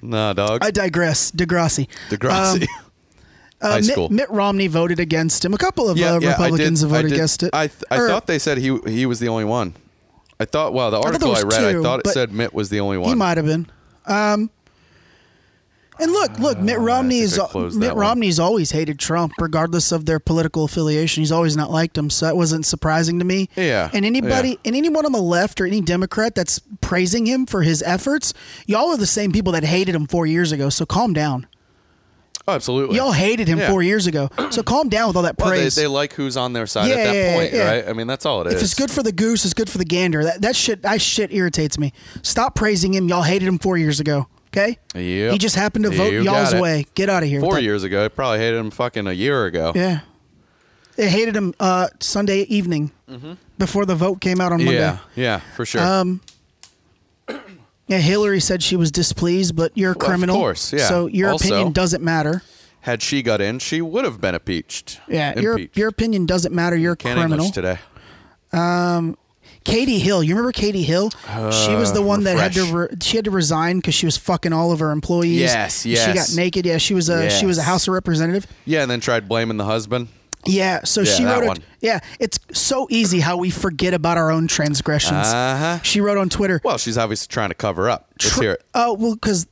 C: nah, dog.
B: I um, digress. Degrassi.
C: Degrassi. *laughs* High
B: Mitt,
C: school.
B: Mitt Romney voted against him. A couple of uh, Republicans
C: I
B: have
C: did, I
B: voted
C: did-
B: against it.
C: I, th- I
B: Or
C: thought they said he he was the only one. I thought, wow, the
B: thought there
C: article I,
B: was
C: read,
B: two,
C: I thought it
B: but
C: said Mitt was the only one.
B: he might have been. Um, and look, look, Mitt Romney
C: think
B: is
C: Uh, I closed
B: Mitt
C: that one.
B: Romney's always hated Trump, regardless of their political affiliation. He's always not liked him, so that wasn't surprising to me.
C: Yeah,
B: And anybody
C: yeah.
B: and anyone on the left or any Democrat that's praising him for his efforts, y'all are the same people that hated him four years ago. So calm down.
C: Oh, absolutely.
B: Y'all hated him
C: Yeah.
B: four years ago. So calm down with all that
C: Well, they,
B: praise.
C: they like who's on their side
B: Yeah,
C: at that
B: yeah,
C: point,
B: yeah.
C: right? I mean, that's all it is.
B: if it's good for the goose, it's good for the gander. That that shit, I shit irritates me. Stop praising him. Y'all hated him four years ago. Okay.
C: Yep.
B: He just happened to vote
C: You got
B: y'all's
C: it.
B: way. Get out of here. with
C: Four
B: that.
C: years ago, I probably hated him fucking a year ago.
B: Yeah. They hated him uh, Sunday evening before the vote came out on Monday.
C: Mm-hmm.
B: Um,
C: yeah, yeah, for sure.
B: Yeah, Hillary said she was displeased, but you're a
C: Well, of
B: criminal.
C: course, yeah.
B: So your
C: Also-
B: opinion doesn't matter.
C: Had she got in, she would have been impeached.
B: Yeah, your
C: impeached.
B: your opinion doesn't matter. You're a
C: Can't
B: criminal.
C: English today.
B: Katie Hill, you remember Katie Hill? she was the one that had to
C: Uh, refresh.
B: re- she had to resign because she was fucking all of her employees.
C: Yes,
B: She
C: yes.
B: got naked. Yeah, she was a she was a
C: Yes.
B: House of Representative.
C: Yeah, and then tried blaming the husband.
B: Yeah, so
C: Yeah,
B: she
C: that
B: wrote. A,
C: one.
B: yeah, it's so easy how we forget about our own transgressions.
C: Uh-huh.
B: She wrote on Twitter.
C: Well, she's obviously trying to cover up. Let's
B: Tr-
C: hear it.
B: Oh well, because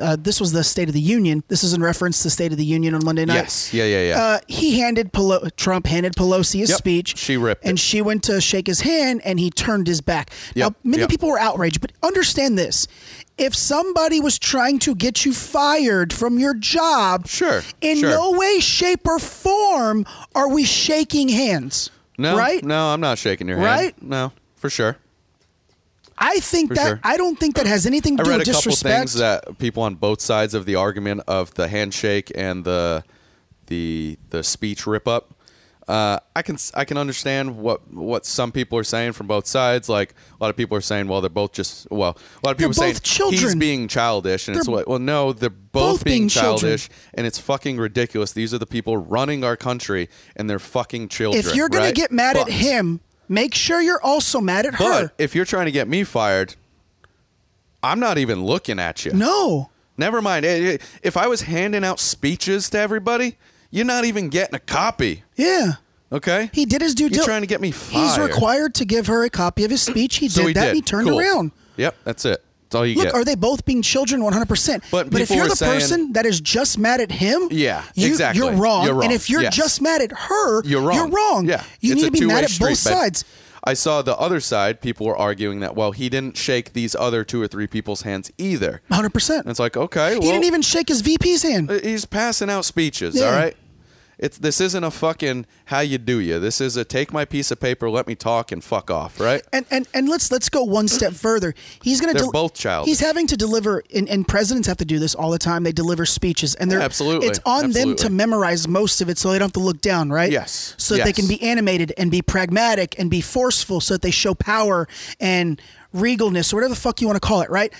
B: uh, this was the State of the Union. This is in reference to State of the Union on Monday night.
C: Yes. Yeah, yeah, yeah.
B: Uh, he handed Pelo- Trump handed Pelosi his
C: Yep.
B: speech.
C: She ripped
B: and
C: it.
B: she went to shake his hand, and he turned his back.
C: Yep.
B: Now, many
C: Yep.
B: people were outraged, but understand this: if somebody was trying to get you fired from your job,
C: Sure,
B: in
C: sure.
B: no way, shape, or form are we shaking hands.
C: no,
B: right?
C: No, I'm not shaking your hand.
B: Right?
C: No, for sure.
B: I think
C: For
B: that
C: sure.
B: I don't think that has anything to
C: I
B: do
C: read a
B: with
C: couple
B: disrespect.
C: things that people on both sides of the argument of the handshake and the the the speech rip up. Uh, I can I can understand what what some people are saying from both sides. Like a lot of people are saying, well, they're both just well, a lot of people
B: They're
C: are saying
B: both children.
C: he's being childish, and it's
B: They're
C: like, well, no, they're both,
B: both
C: being,
B: being children.
C: childish, and it's fucking ridiculous. These are the people running our country, and they're fucking children.
B: If you're gonna
C: right?
B: get mad
C: But-
B: at him, make sure you're also mad at
C: but
B: her.
C: if you're trying to get me fired, I'm not even looking at you.
B: No.
C: Never mind. Eh, eh, If I was handing out speeches to everybody, you're not even getting a copy.
B: Yeah.
C: Okay.
B: He did his due
C: You're
B: dil-
C: trying to get me
B: He's
C: fired.
B: required to give her a copy of his speech. He
C: So
B: did
C: he
B: that
C: did.
B: and he turned
C: Cool.
B: around.
C: Yep, that's it. That's all you
B: Look,
C: get.
B: are they both being children 100%?
C: But
B: if
C: people
B: you're
C: were
B: the
C: saying-
B: person that is just mad at him,
C: Yeah,
B: you,
C: exactly.
B: you're, wrong.
C: You're wrong.
B: And if you're
C: Yes.
B: just mad at her,
C: You're wrong.
B: You're wrong.
C: Yeah.
B: You need
C: It's a
B: to be
C: two-way
B: mad at
C: street,
B: both
C: babe.
B: sides.
C: I saw the other side. People were arguing that well, he didn't shake these other two or three people's hands either.
B: 100%.
C: And it's like okay, well, uh,
B: he didn't even shake his VP's hand.
C: he's passing out speeches.
B: Yeah.
C: All right. It's this isn't a fucking how you do you. This is a take my piece of paper, let me talk, and fuck off. Right.
B: and and and let's let's go one
C: *clears throat*
B: step further. He's going to.
C: They're both childish.
B: He's having to deliver, and, and presidents have to do this all the time. They deliver speeches, and they're
C: Absolutely.
B: It's on them to
C: Absolutely.
B: memorize most of it, so they don't have to look down, right?
C: Yes.
B: So that they
C: Yes.
B: can be animated and be pragmatic and be forceful, so that they show power and regalness or whatever the fuck you want to call it, right?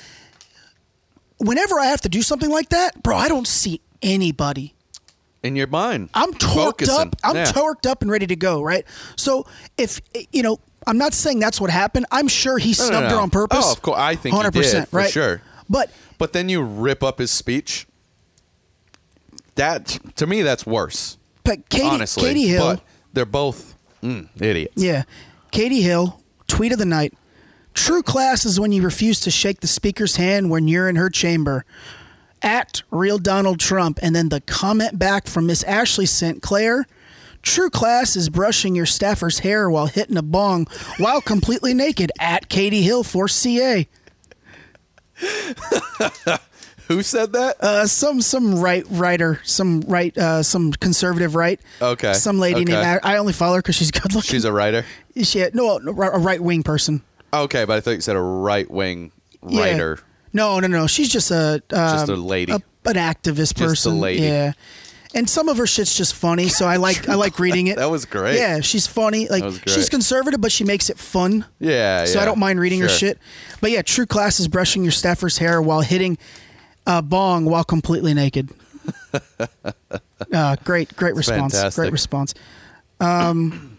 B: Whenever I have to do something like that, bro, I don't see anybody.
C: In your mind,
B: I'm torqued
C: Focusing.
B: up. I'm
C: Yeah.
B: torqued up and ready to go, right? So if you know, I'm not saying that's what happened. I'm sure he
C: no,
B: snubbed
C: no.
B: her on purpose.
C: Oh, of course. I think he did, for
B: right?
C: sure.
B: But
C: But then you rip up his speech. That to me, that's worse.
B: but Katie,
C: honestly,
B: Katie Hill,
C: but they're both mm, idiots.
B: yeah, Katie Hill, tweet of the night: True class is when you refuse to shake the speaker's hand when you're in her chamber. At real Donald Trump, and then the comment back from Miss Ashley sent Claire. True class is brushing your staffer's hair while hitting a bong while completely naked at Katie Hill for CA.
C: Who said that?
B: uh, some some right writer, some right, uh, some conservative right.
C: Okay,
B: Some lady
C: okay.
B: named I I only follow her because she's good looking.
C: She's a writer.
B: she had, no a right wing person.
C: Okay, but I thought you said a right wing
B: Yeah.
C: writer.
B: No, no, no. She's just a uh,
C: Just a lady.
B: an activist person.
C: lady.
B: Yeah. And some of her shit's just funny, so I like I
C: *laughs*
B: like reading it.
C: That was great.
B: Yeah, she's funny. Like
C: was great.
B: she's conservative, but she makes it fun.
C: Yeah,
B: So I
C: yeah,
B: don't mind reading her
C: sure.
B: shit. But yeah, true class is brushing your staffer's hair while hitting a bong while completely naked. *laughs* uh, great, great response. Great
C: fantastic.
B: response. Um,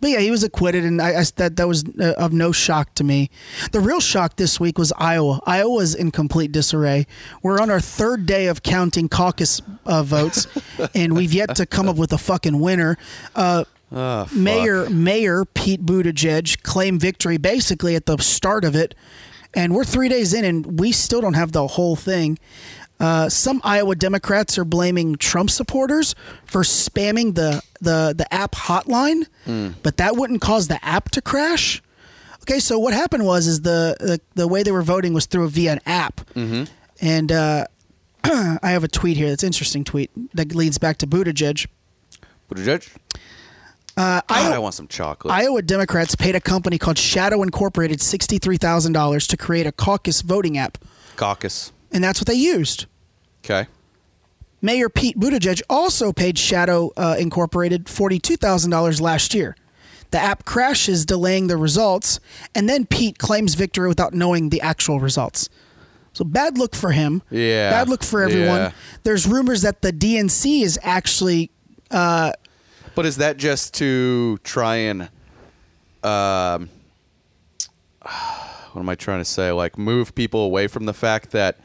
B: but yeah, he was acquitted, and I, I that that was uh, of no shock to me. The real shock this week was Iowa. Iowa's in complete disarray. We're on our third day of counting caucus uh, votes,
C: *laughs*
B: and we've yet to come up with a fucking winner. Uh, Mayor Mayor Pete Buttigieg claimed victory basically at the start of it, and we're three days in and we still don't have the whole thing. Uh, some Iowa Democrats are blaming Trump supporters for spamming the the the app hotline, but that wouldn't cause the app to crash. Okay, so what happened was is the the, the way they were voting was through via an app, and uh, *clears throat* I have a tweet here that's an interesting tweet that leads back to Buttigieg.
C: Would you judge? Uh, God, I, want some chocolate.
B: Iowa Democrats paid a company called Shadow Incorporated $63,000 to create a caucus voting app,
C: Caucus.
B: and that's what they used.
C: Okay.
B: Mayor Pete Buttigieg also paid Shadow uh, Incorporated $42,000 last year. The app crashes, delaying the results, and then Pete claims victory without knowing the actual results. So bad look for him.
C: Yeah.
B: Bad look for everyone.
C: Yeah.
B: There's rumors that the DNC is actually
C: But is that just to try and, um, *sighs* what am I trying to say? Like move people away from the fact that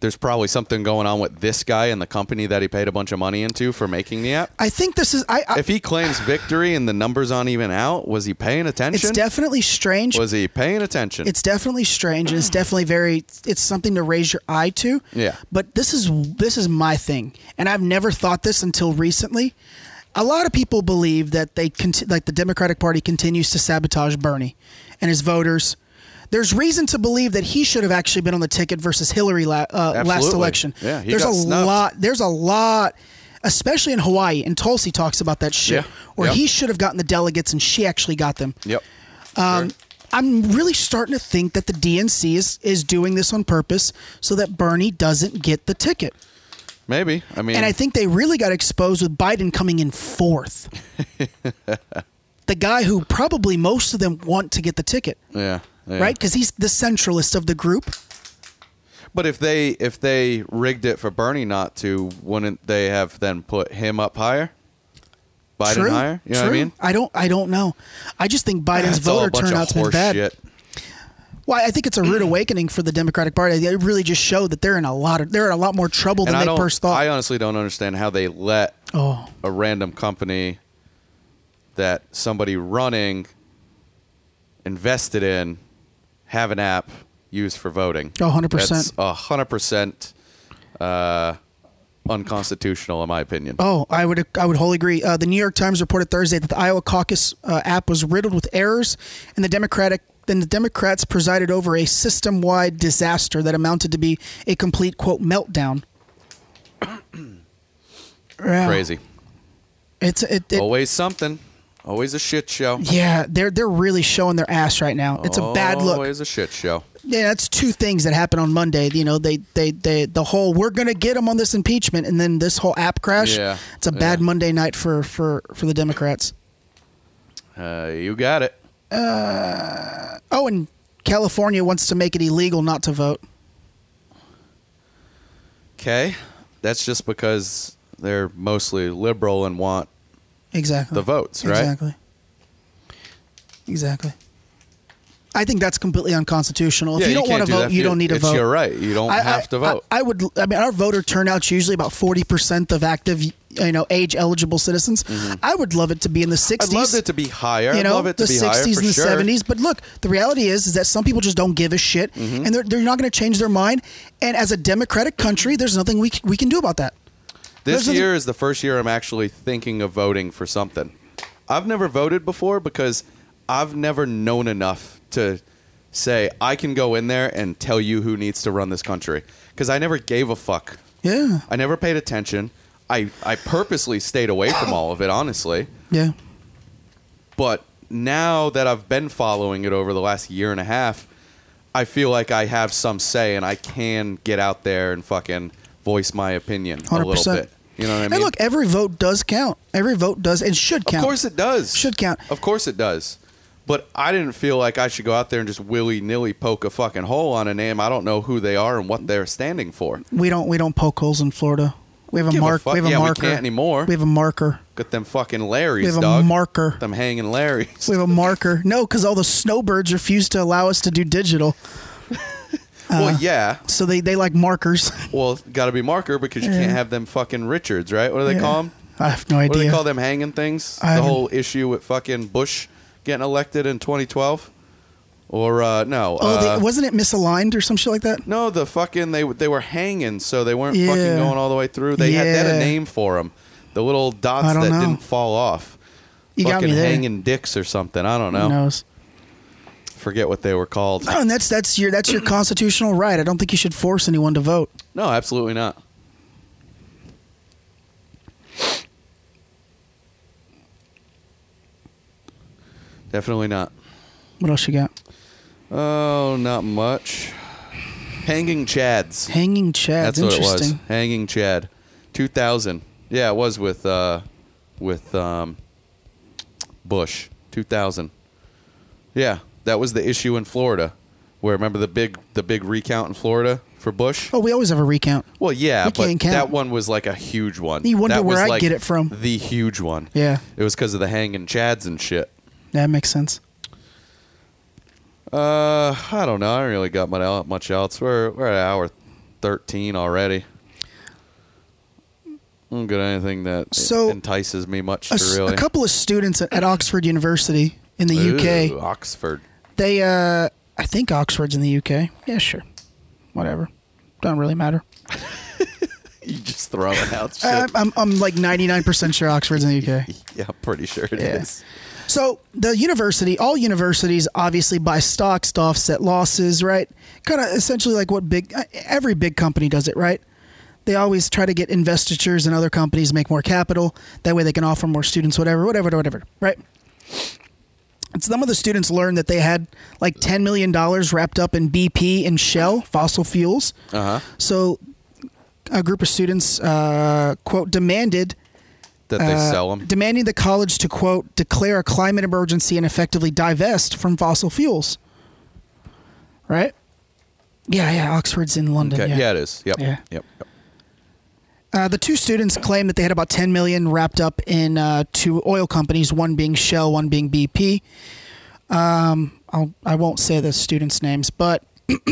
C: there's probably something going on with this guy and the company that he paid a bunch of money into for making the app.
B: I think this is I, I
C: If he claims victory and the numbers aren't even out, was he paying attention?
B: it's definitely strange
C: was he paying attention?
B: it's definitely strange
C: *clears throat*
B: and it's definitely very it's something to raise your eye to
C: Yeah.
B: but this is this is my thing and i've never thought this until recently a lot of people believe that they conti- like the democratic party continues to sabotage bernie and his voters there's reason to believe that he should have actually been on the ticket versus hillary la- uh, last
C: Absolutely.
B: election
C: Yeah, he
B: there's
C: got
B: a
C: snubbed.
B: lot there's a lot especially in hawaii and tulsi talks about that shit
C: Yeah.
B: where
C: Yep.
B: he should have gotten the delegates and she actually got them
C: yep.
B: I'm really starting to think that the DNC is is doing this on purpose so that Bernie doesn't get the ticket.
C: Maybe. I mean,
B: And I think they really got exposed with Biden coming in
C: *laughs*
B: fourth. the guy who probably most of them want to get the ticket,
C: yeah, yeah.
B: right? Because he's the centralist of the group.
C: But if they if they rigged it for Bernie not to, wouldn't they have then put him up higher? Biden
B: True.
C: higher. You know
B: True.
C: what I mean?
B: don't. I don't know. I just think Biden's
C: It's all a
B: voter
C: bunch of
B: turnout's been
C: horse
B: bad.
C: shit.
B: Well, I think it's a rude awakening for the Democratic Party. It really just showed that they're in a lot of they're in a lot more trouble
C: And
B: than
C: I
B: they
C: don't.
B: first thought.
C: I honestly don't understand how they let
B: oh,
C: a random company that somebody running invested in have an app used for voting.
B: Oh, 100%.
C: That's a hundred percent uh, unconstitutional, in my opinion.
B: oh, I would I would wholly agree. Uh, the New York Times reported Thursday that the Iowa caucus uh, app was riddled with errors, and the Democratic then the Democrats presided over a system wide disaster that amounted to be a complete quote
C: *coughs*
B: meltdown. Yeah.
C: Crazy. Oh.
B: It's it, it
C: *laughs* Always something. Always a shit show.
B: yeah they're they're really showing their ass right now. It's a bad look.
C: Always a shit show.
B: Yeah, that's two things that happened on Monday. You know, they they they the whole we're gonna get them on this impeachment, and then this whole app crash.
C: Yeah,
B: it's a bad
C: yeah.
B: Monday night for for for the Democrats.
C: Uh, you got it.
B: Oh, and California wants to make it illegal not to vote.
C: Okay. That's just because they're mostly liberal and want
B: Exactly.
C: the votes, right?
B: Exactly. Exactly. I think that's completely unconstitutional. If
C: Yeah,
B: you don't
C: can't
B: want to
C: do
B: vote,
C: that.
B: you don't need to
C: it's
B: vote.
C: You're right. You don't
B: I-
C: have
B: I-
C: to vote.
B: I, I would. I mean, our voter turnout's usually about forty percent of active, you know, age eligible citizens. I would love it to be in the
C: Mm-hmm. I'd
B: sixties.
C: love it to be higher.
B: you
C: I'd
B: know,
C: love it
B: the
C: to be higher for
B: and the
C: sure.
B: seventies. But look, the reality is, is that some people just don't give a shit,
C: Mm-hmm.
B: and they're, they're not going to change their mind. And as a democratic country, there's nothing we c- we can do about that.
C: This
B: There's nothing-
C: year is the first year I'm actually thinking of voting for something. I've never voted before because I've never known enough to say I can go in there and tell you who needs to run this country because I never gave a fuck.
B: Yeah,
C: I never paid attention. I I purposely stayed away from all of it, honestly.
B: yeah,
C: But now that I've been following it over the last year and a half, I feel like I have some say and I can get out there and fucking voice my opinion a little
B: 100%.
C: bit. You know what I mean?
B: and look, every vote does count. Every vote does and should count.
C: Of course it does.
B: Should count.
C: Of course it does. But I didn't feel like I should go out there and just willy nilly poke a fucking hole on a name. I don't know who they are and what they're standing for.
B: we don't we don't poke holes in Florida. We have a
C: Give a
B: mark.
C: fuck.
B: we have a
C: Yeah, we
B: marker
C: can't anymore.
B: We have a marker.
C: Get them fucking
B: We
C: Larrys,
B: have a
C: dog.
B: marker.
C: Them hanging Larrys.
B: We have a marker. No, because all the snowbirds refuse to allow us to do digital,
C: *laughs* well, yeah.
B: so they they like markers.
C: Well, got to be marker because you
B: Yeah.
C: can't have them fucking Richards, right? What do
B: *laughs*
C: they
B: Yeah.
C: call 'em? call them?
B: I have no
C: What do
B: idea.
C: they call them hanging things?
B: I
C: the
B: haven't-
C: whole issue with fucking Bush getting elected in 2012, or uh, no?
B: Oh,
C: uh,
B: they, wasn't it misaligned or some shit like that?
C: No, the fucking they they were hanging, so they weren't fucking
B: Yeah.
C: going all the way through. They had they had a
B: Yeah.
C: name for them. The little dots
B: I
C: that
B: don't know.
C: didn't fall off.
B: You
C: fucking
B: got me there.
C: hanging dicks or something. I don't know.
B: Who knows?
C: Forget what they
B: *laughs*
C: were called.
B: Oh, and that's that's your that's your constitutional right. I don't think you should force anyone to vote.
C: No, absolutely not. Definitely not.
B: What else you got?
C: Oh, not much. Hanging Chads.
B: Hanging Chad.
C: That's what it was.
B: Interesting.
C: Hanging Chad, two thousand. Yeah, it was with uh, with um, Bush, two thousand. Yeah, that was the issue in Florida, where remember the big the big recount in Florida for Bush.
B: Oh, we always have a recount.
C: Well, yeah,
B: We
C: but
B: can't count.
C: that one was like a huge one.
B: You wonder
C: That
B: where
C: was
B: I
C: like
B: get it from.
C: The huge one.
B: Yeah.
C: it was because of the hanging chads and shit.
B: That makes sense.
C: Uh, I don't know. I don't really got much el- much else. We're we're at hour thirteen already. I don't get anything that e-,
B: So-
C: entices me much
B: A,
C: to
B: s-
C: really.
B: a couple of students at, at Oxford University in the
C: Ooh,
B: UK.
C: Oxford.
B: They, uh, I think Oxford's in the UK. Yeah, sure. Whatever. Don't really matter.
C: You just throwing
B: *laughs*
C: out shit.
B: I, Uh, I'm, I'm like 99% sure Oxford's in the UK.
C: yeah, I'm pretty sure it is.
B: Yeah. So the university, all universities obviously buy stocks to offset losses, right? Kind of essentially like what big, every big company does it, right? They always try to get investitures and other companies to make more capital. That way they can offer more students, whatever, whatever, whatever, right? And some of the students learned that they had like $10
C: Uh-huh.
B: million wrapped up in BP and Shell, fossil fuels.
C: Uh huh.
B: So a group of students, uh, quote, demanded
C: that they sell 'em. sell them.
B: Uh, demanding the college to quote declare a climate emergency and effectively divest from fossil fuels. Right? Yeah, yeah. Oxford's in London.
C: okay. Yeah.
B: Yeah.
C: it is. Yep.
B: Yeah.
C: Yep. yep.
B: Uh, the two students claimed that they had about 10 million wrapped up in uh, two oil companies, one being Shell, one being BP. Um, I'll, I won't say the students' names, but *clears throat*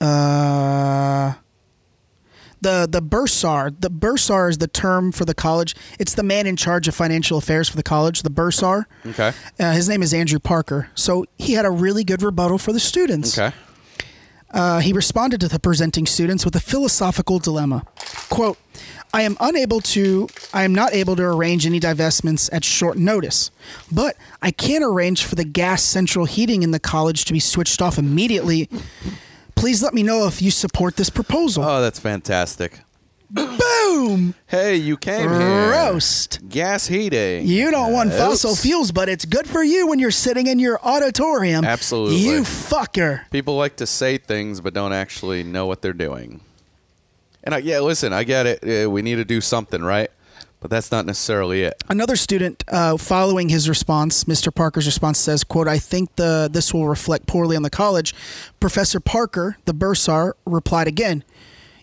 B: uh, the the bursar the bursar is the term for the college. It's the man in charge of financial affairs for the college. The bursar.
C: Okay.
B: Uh, his name is Andrew Parker. So he had a really good rebuttal for the students.
C: Okay.
B: Uh, he responded to the presenting students with a philosophical dilemma. Quote, I am unable to, I am not able to arrange any divestments at short notice, but I can arrange for the gas central heating in the college to be switched off immediately. Please let me know if you support this proposal.
C: Oh, that's fantastic.
B: Boom!
C: Hey, you came here.
B: Roast.
C: Gas heating.
B: You don't want
C: Yes.
B: fossil fuels, but it's good for you when you're sitting in your auditorium.
C: Absolutely.
B: You fucker.
C: People like to say things but don't actually know what they're doing. And I, yeah, listen, I get it. Uh, We need to do something, right? But that's not necessarily it.
B: another student uh, following his response mr parker's response says quote i think the this will reflect poorly on the college professor parker the bursar replied again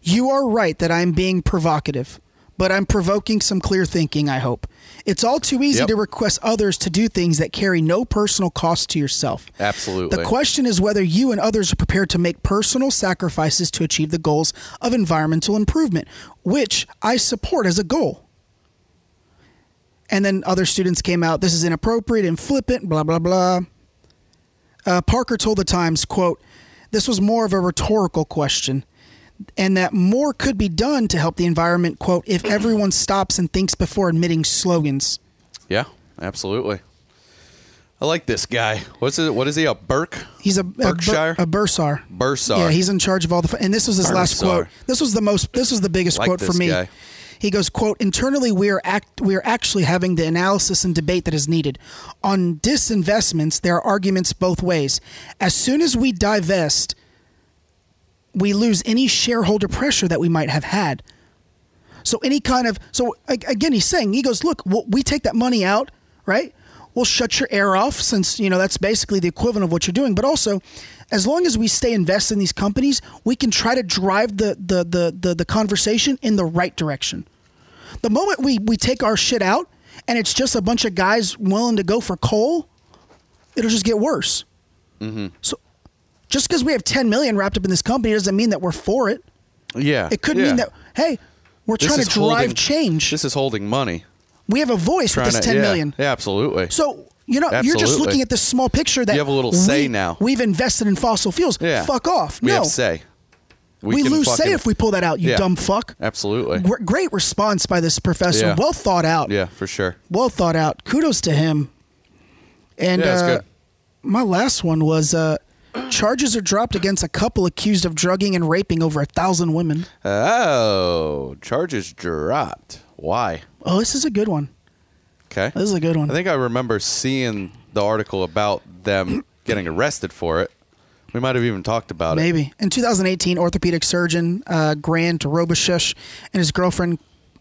B: you are right that i'm being provocative but i'm provoking some clear thinking i hope it's all too easy
C: Yep.
B: to request others to do things that carry no personal cost to yourself
C: Absolutely.
B: the question is whether you and others are prepared to make personal sacrifices to achieve the goals of environmental improvement, which I support as a goal. And then other students came out, this is inappropriate and flippant, blah, blah, blah. Uh, Parker told the Times, quote, this was more of a rhetorical question and that more could be done to help the environment, quote, if everyone stops and thinks before admitting slogans.
C: Yeah, absolutely. I like this guy. What's it? What is he? A Burke?
B: He's a, a, bur-
C: Berkshire?
B: a bursar.
C: Bursar.
B: Yeah, he's in charge of all the. And this was his last
C: Bursar.
B: quote. This was the most. This was the biggest
C: Like
B: quote for
C: this
B: me.
C: guy.
B: He goes, "quote Internally, we are act we are actually having the analysis and debate that is needed. On disinvestments, there are arguments both ways. As soon as we divest, we lose any shareholder pressure that we might have had. So any kind of so a- again, he's saying he goes, look, we'll, we take that money out, right? We'll shut your air off since you know that's basically the equivalent of what you're doing. But also, as long as we stay invested in these companies, we can try to drive the the the the, the conversation in the right direction. The moment we we take our shit out and it's just a bunch of guys willing to go for coal, it'll just get worse. So. Just because we have 10 million wrapped up in this company doesn't mean that we're for it.
C: Yeah.
B: It could
C: yeah.
B: mean that hey, we're
C: This
B: trying to
C: is
B: drive
C: holding-
B: change.
C: This is holding money.
B: we have a voice with
C: Trying
B: this
C: to-
B: ten
C: yeah,
B: million.
C: Yeah, absolutely.
B: So you know you're just
C: Absolutely.
B: looking at this small picture that
C: You have a little say
B: we,
C: now.
B: We've invested in fossil fuels.
C: yeah.
B: Fuck off.
C: We
B: no,
C: have say.
B: we,
C: can
B: lose say
C: fucking-
B: if we pull that out. You
C: Yeah.
B: dumb fuck.
C: Absolutely.
B: Gr- Great response by this professor.
C: Yeah.
B: Well thought out.
C: Yeah, for sure.
B: Well thought out. Kudos to him. And
C: Yeah, that's
B: uh,
C: good.
B: my last one was uh, charges are dropped against a couple accused of drugging and raping over a thousand women.
C: Oh, charges dropped. Why?
B: Oh, this is a good one.
C: Okay.
B: This is a good one.
C: I think I remember seeing the article about
B: *clears throat*
C: them getting arrested for it. We might have even talked about it.
B: Maybe. In 2018, orthopedic surgeon uh, Grant Robichesh and his girlfriend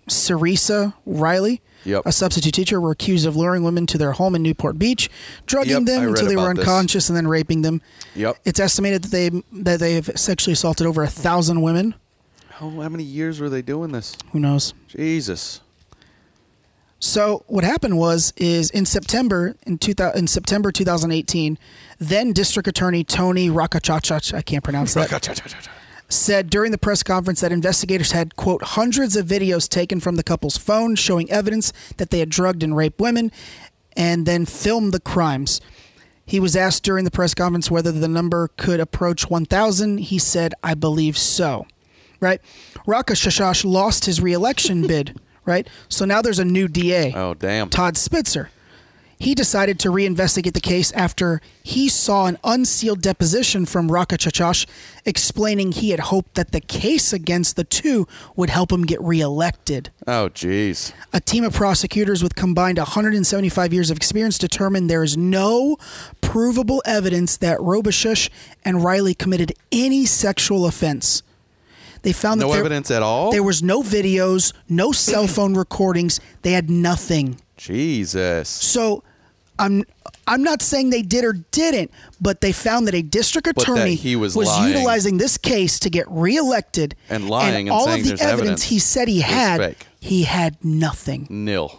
B: Cerisa Riley,
C: Yep.
B: a substitute teacher, were accused of luring women to their home in Newport Beach, drugging
C: Yep, I
B: them
C: read
B: until they were
C: about this.
B: unconscious and then raping them.
C: Yep.
B: It's estimated that they that they have sexually assaulted over a thousand women.
C: How, how many years were they doing this?
B: Who knows?
C: Jesus.
B: So what happened was is in September in, 2000, in September 2018, then District Attorney Tony Rakachachach, I can't pronounce
C: *laughs*
B: that. said during the press conference that investigators had, quote, hundreds of videos taken from the couple's phone showing evidence that they had drugged and raped women and then filmed the crimes. He was asked during the press conference whether the number could approach 1,000. He said, I believe so. Right? Raka Shashash lost his reelection bid, right? So now there's a new DA.
C: Oh, damn.
B: Todd Spitzer. He decided to reinvestigate the case after he saw an unsealed deposition from Raka Chachash explaining he had hoped that the case against the two would help him get reelected.
C: Oh, jeez.
B: A team of prosecutors with combined 175 years of experience determined there is no provable evidence that Robichush and Riley committed any sexual offense. They found that
C: No
B: there-
C: evidence at all.
B: There was no videos, no cell phone recordings. They had nothing.
C: Jesus.
B: So I'm I'm not saying they did or didn't, but they found that a district
C: that
B: attorney
C: he was lying.
B: utilizing this case to get reelected
C: And lying and
B: all
C: saying
B: of the
C: there's
B: evidence,
C: evidence
B: he said he
C: is
B: had,
C: fake.
B: he had nothing.
C: Nil.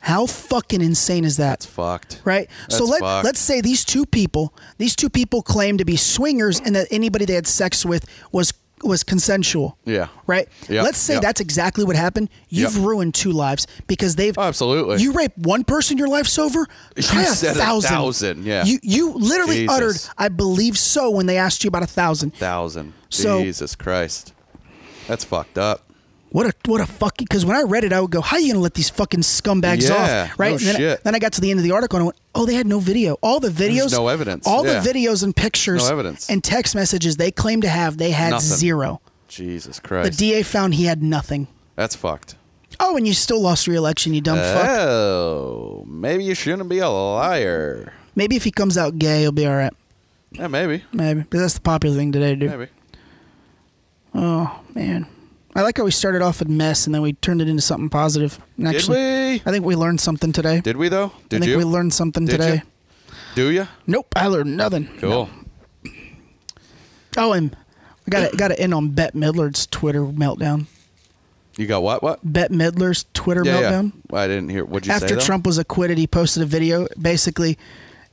B: How fucking insane is that?
C: It's fucked.
B: right? so
C: That's
B: let
C: fucked.
B: let's say these two people, these two people claim to be swingers and that anybody they had sex with was was consensual.
C: Yeah.
B: Right?
C: Yeah,
B: Let's say
C: yeah.
B: that's exactly what happened. You've
C: Yeah. Oh,
B: ruined two lives because they've
C: Absolutely.
B: You rape one person, your life's over. Try a
C: said a
B: thousand.
C: thousand, yeah.
B: You you literally
C: Jesus.
B: uttered, I believe so, when they asked you about a thousand.
C: thousand.
B: So-
C: Jesus Christ. That's fucked up.
B: What a what a fucking because when I read it, I would go, "How you gonna let these fucking scumbags
C: Yeah,
B: off?" Right?
C: no
B: and then,
C: shit.
B: then I got to the end of the article and I went, "Oh, they had no video. All the videos,
C: no evidence,
B: All
C: yeah.
B: the videos and pictures,
C: No evidence.
B: and text messages they claim to have, they had
C: Nothing.
B: zero.
C: Jesus
B: The
C: Christ.
B: DA found he had nothing.
C: That's fucked.
B: Oh, and you still lost re-election, you dumb fuck.
C: Oh, maybe you shouldn't be a liar.
B: Maybe if he comes out gay, he'll be all right.
C: Yeah, maybe.
B: Maybe, but that's the popular thing today to do.
C: Maybe.
B: Man, I like how we started off with mess and then we turned it into something positive. And
C: Did
B: actually,
C: we?
B: I think we learned something today.
C: Did we though? Did
B: I think
C: you?
B: we learned something
C: Did
B: today.
C: you? Do you?
B: Nope, I learned nothing.
C: Cool.
B: Oh, and I got got to end on Bette Midler's Twitter meltdown.
C: You got what? What?
B: Bette Midler's Twitter meltdown.
C: I didn't hear. What'd you say?
B: After
C: though? *laughs*
B: Trump was acquitted, he posted a video. Basically,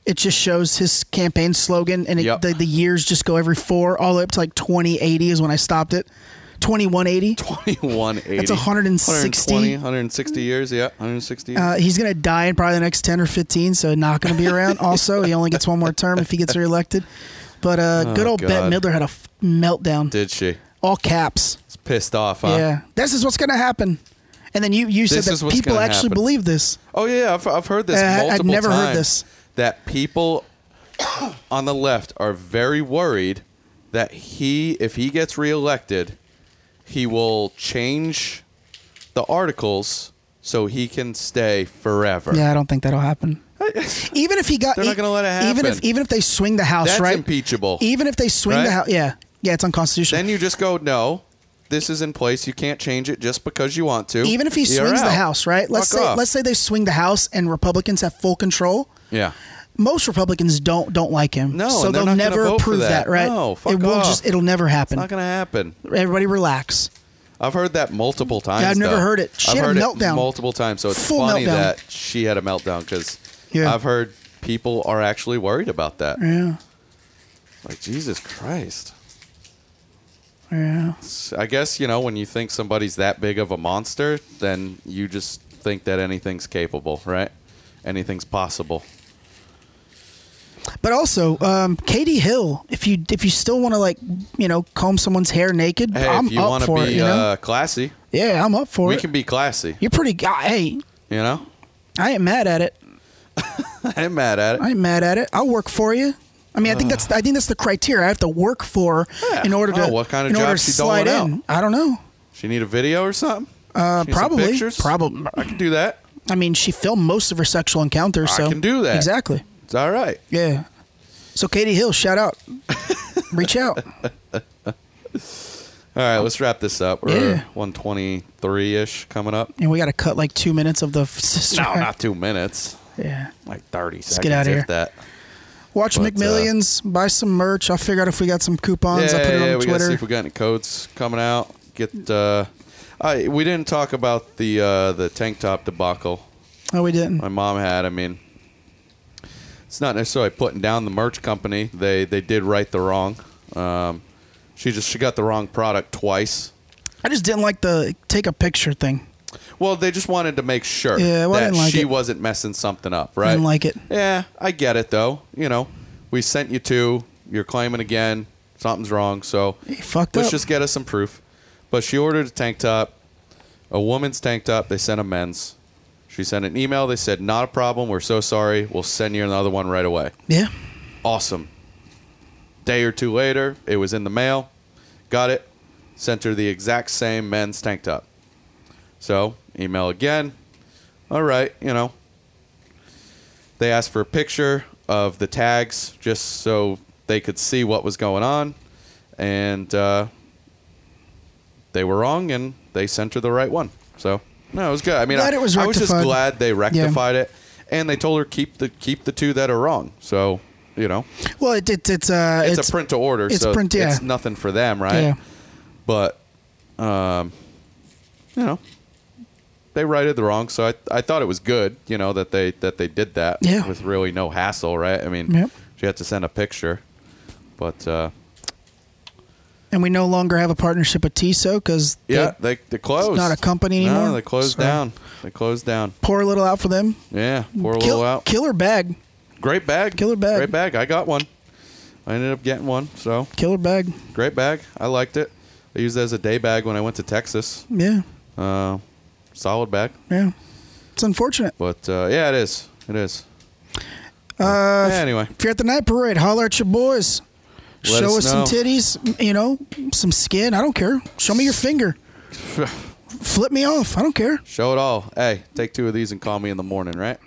B: it just shows his campaign slogan, and it,
C: Yep.
B: the, the years just go every four, all the way up to like 2080 is when I stopped it. 2180.
C: 2180.
B: That's 160.
C: 120, 160 years. Yeah, 160.
B: Uh, he's going to die in probably the next 10 or 15, so not going to be around. also, he only gets one more term if he gets reelected. But uh, good old
C: Oh, God.
B: Bette Midler had a f- meltdown.
C: Did she?
B: All caps.
C: It's pissed off, huh?
B: Yeah, this is what's going to happen. And then you, you said
C: This is
B: that
C: what's
B: people
C: gonna
B: actually
C: happen.
B: believe this.
C: Oh yeah, I've, I've heard this
B: Uh, I- I'd
C: multiple times.
B: never heard this.
C: That people *coughs* on the left are very worried that he, if he gets reelected, he will change the articles so he can stay forever.
B: Yeah, I don't think that'll
C: *laughs*
B: happen. even if he got, e-,
C: They're not gonna let it
B: Even if
C: happen.
B: even if they swing the house,
C: That's
B: right?
C: impeachable.
B: Even if they swing the
C: Right?
B: house, yeah, yeah, it's unconstitutional.
C: Then you just go, no, this is in place. You can't change it just because you want to.
B: even if he
C: You're
B: swings the
C: out.
B: house, right? Let's
C: Fuck
B: say
C: off.
B: let's say they swing the house and Republicans have full control.
C: yeah.
B: Most Republicans don't don't like him.
C: No,
B: so
C: and they're
B: they'll
C: not gonna
B: never
C: vote for
B: approve
C: that.
B: that. right?
C: No, fuck
B: it will
C: off.
B: just it'll never
C: It's
B: happen.
C: not going to happen.
B: Everybody relax.
C: I've heard that multiple times.
B: I've never
C: though.
B: heard it. She
C: I've
B: had a
C: heard
B: meltdown.
C: it multiple times. So it's
B: Full
C: funny
B: meltdown.
C: that she had a meltdown because
B: Yeah.
C: I've heard people are actually worried about that.
B: Yeah,
C: Like Jesus Christ.
B: yeah.
C: S- I guess you know when you think somebody's that big of a monster, then you just think that anything's capable, right? Anything's possible.
B: But also, um, Katie Hill. If you if you still want to like you know comb someone's hair naked,
C: Hey,
B: I'm
C: if you
B: up
C: wanna
B: for
C: be
B: it. You know?
C: uh, classy,
B: yeah, I'm up for
C: we
B: it.
C: can be classy.
B: You're pretty. I- Hey,
C: You know, *laughs*
B: I ain't mad at it.
C: I ain't mad at it.
B: I ain't mad at it. I'll work for you. I mean, I think that's I think that's the criteria. I have to work for
C: Uh. Yeah.
B: in order to
C: Oh, what kind of
B: in
C: job
B: order to
C: she
B: slide
C: doling
B: in. I don't know.
C: She need a video or something.
B: Uh,
C: She need some
B: probably,
C: pictures?
B: probably.
C: I can do that.
B: I mean, she filmed most of her sexual encounters.
C: I
B: So
C: can do that.
B: exactly.
C: It's all right.
B: Yeah. So Katie Hill, shout
C: *laughs*
B: out. Reach out.
C: All right, let's wrap this up. We're
B: Yeah.
C: 123 ish coming up.
B: And we got to cut like two minutes of the f- sister.
C: No, not two minutes.
B: *laughs* Yeah.
C: Like 30 seconds.
B: get outta
C: if
B: here.
C: That.
B: Watch
C: But, uh,
B: McMillions. buy some merch. I'll figure out if we got some coupons. I'll put it on
C: yeah, we gotta see
B: Twitter.
C: if we got any codes coming out. Get. Uh, I we didn't talk about the uh, the tank top debacle
B: oh, we didn't.
C: my mom had. I mean, it's not necessarily putting down the merch company. They they did right the wrong. Um, she just she got the wrong product twice.
B: I just didn't like the take a picture thing.
C: Well, they just wanted to make sure
B: Yeah, well, I
C: that
B: didn't like
C: she
B: it.
C: wasn't messing something up, right?
B: Didn't like it.
C: Yeah, I get it though. You know, we sent you two. You're claiming again. Something's wrong. So
B: You fucked
C: let's
B: up.
C: just get us some proof. But she ordered a tank top, a woman's tank top. They sent a men's. She sent an email. They said, "Not a problem. We're so sorry. We'll send you another one right away."
B: yeah.
C: Awesome. Day or two later, it was in the mail. Got it. Sent her the exact same men's tank top. So, email again. All right, you know. They asked for a picture of the tags just so they could see what was going on. And uh, they were wrong and they sent her the right one. So no, it was good. I mean, I,
B: Glad it was
C: I was just
B: rectified.
C: glad they rectified it and they told her keep the keep the two that are wrong. So you know,
B: Well, it, it, it's uh,
C: it's, a print to order.
B: it's
C: so
B: print- yeah.
C: it's nothing for them, right?
B: Yeah.
C: But um, you know, they righted the wrong. So I I thought it was good. You know that they that they did that
B: Yeah.
C: with really no hassle, right? I mean,
B: Yep.
C: she had to send a picture, but. uh
B: And we no longer have a partnership with TSO because
C: Yeah, they, they closed.
B: not a company anymore?
C: No, they closed
B: So-
C: down. They closed down.
B: pour a little out for them.
C: Yeah, pour a
B: Kill-
C: little out.
B: Killer bag.
C: Great bag.
B: Killer bag.
C: Great bag. I got one. I ended up getting one. So
B: Killer bag.
C: great bag. I liked it. I used it as a day bag when I went to Texas.
B: Yeah.
C: Uh, solid bag.
B: Yeah. It's unfortunate.
C: But uh, yeah, it is. It is.
B: Uh,
C: anyway,
B: If you're at the night parade, holler at your boys.
C: Let
B: Show us,
C: us
B: some
C: know.
B: titties, you know, some skin. I don't care. Show me your
C: *laughs*
B: finger. Flip me off. I don't care.
C: show it all. Hey, take two of these and call me in the morning, right?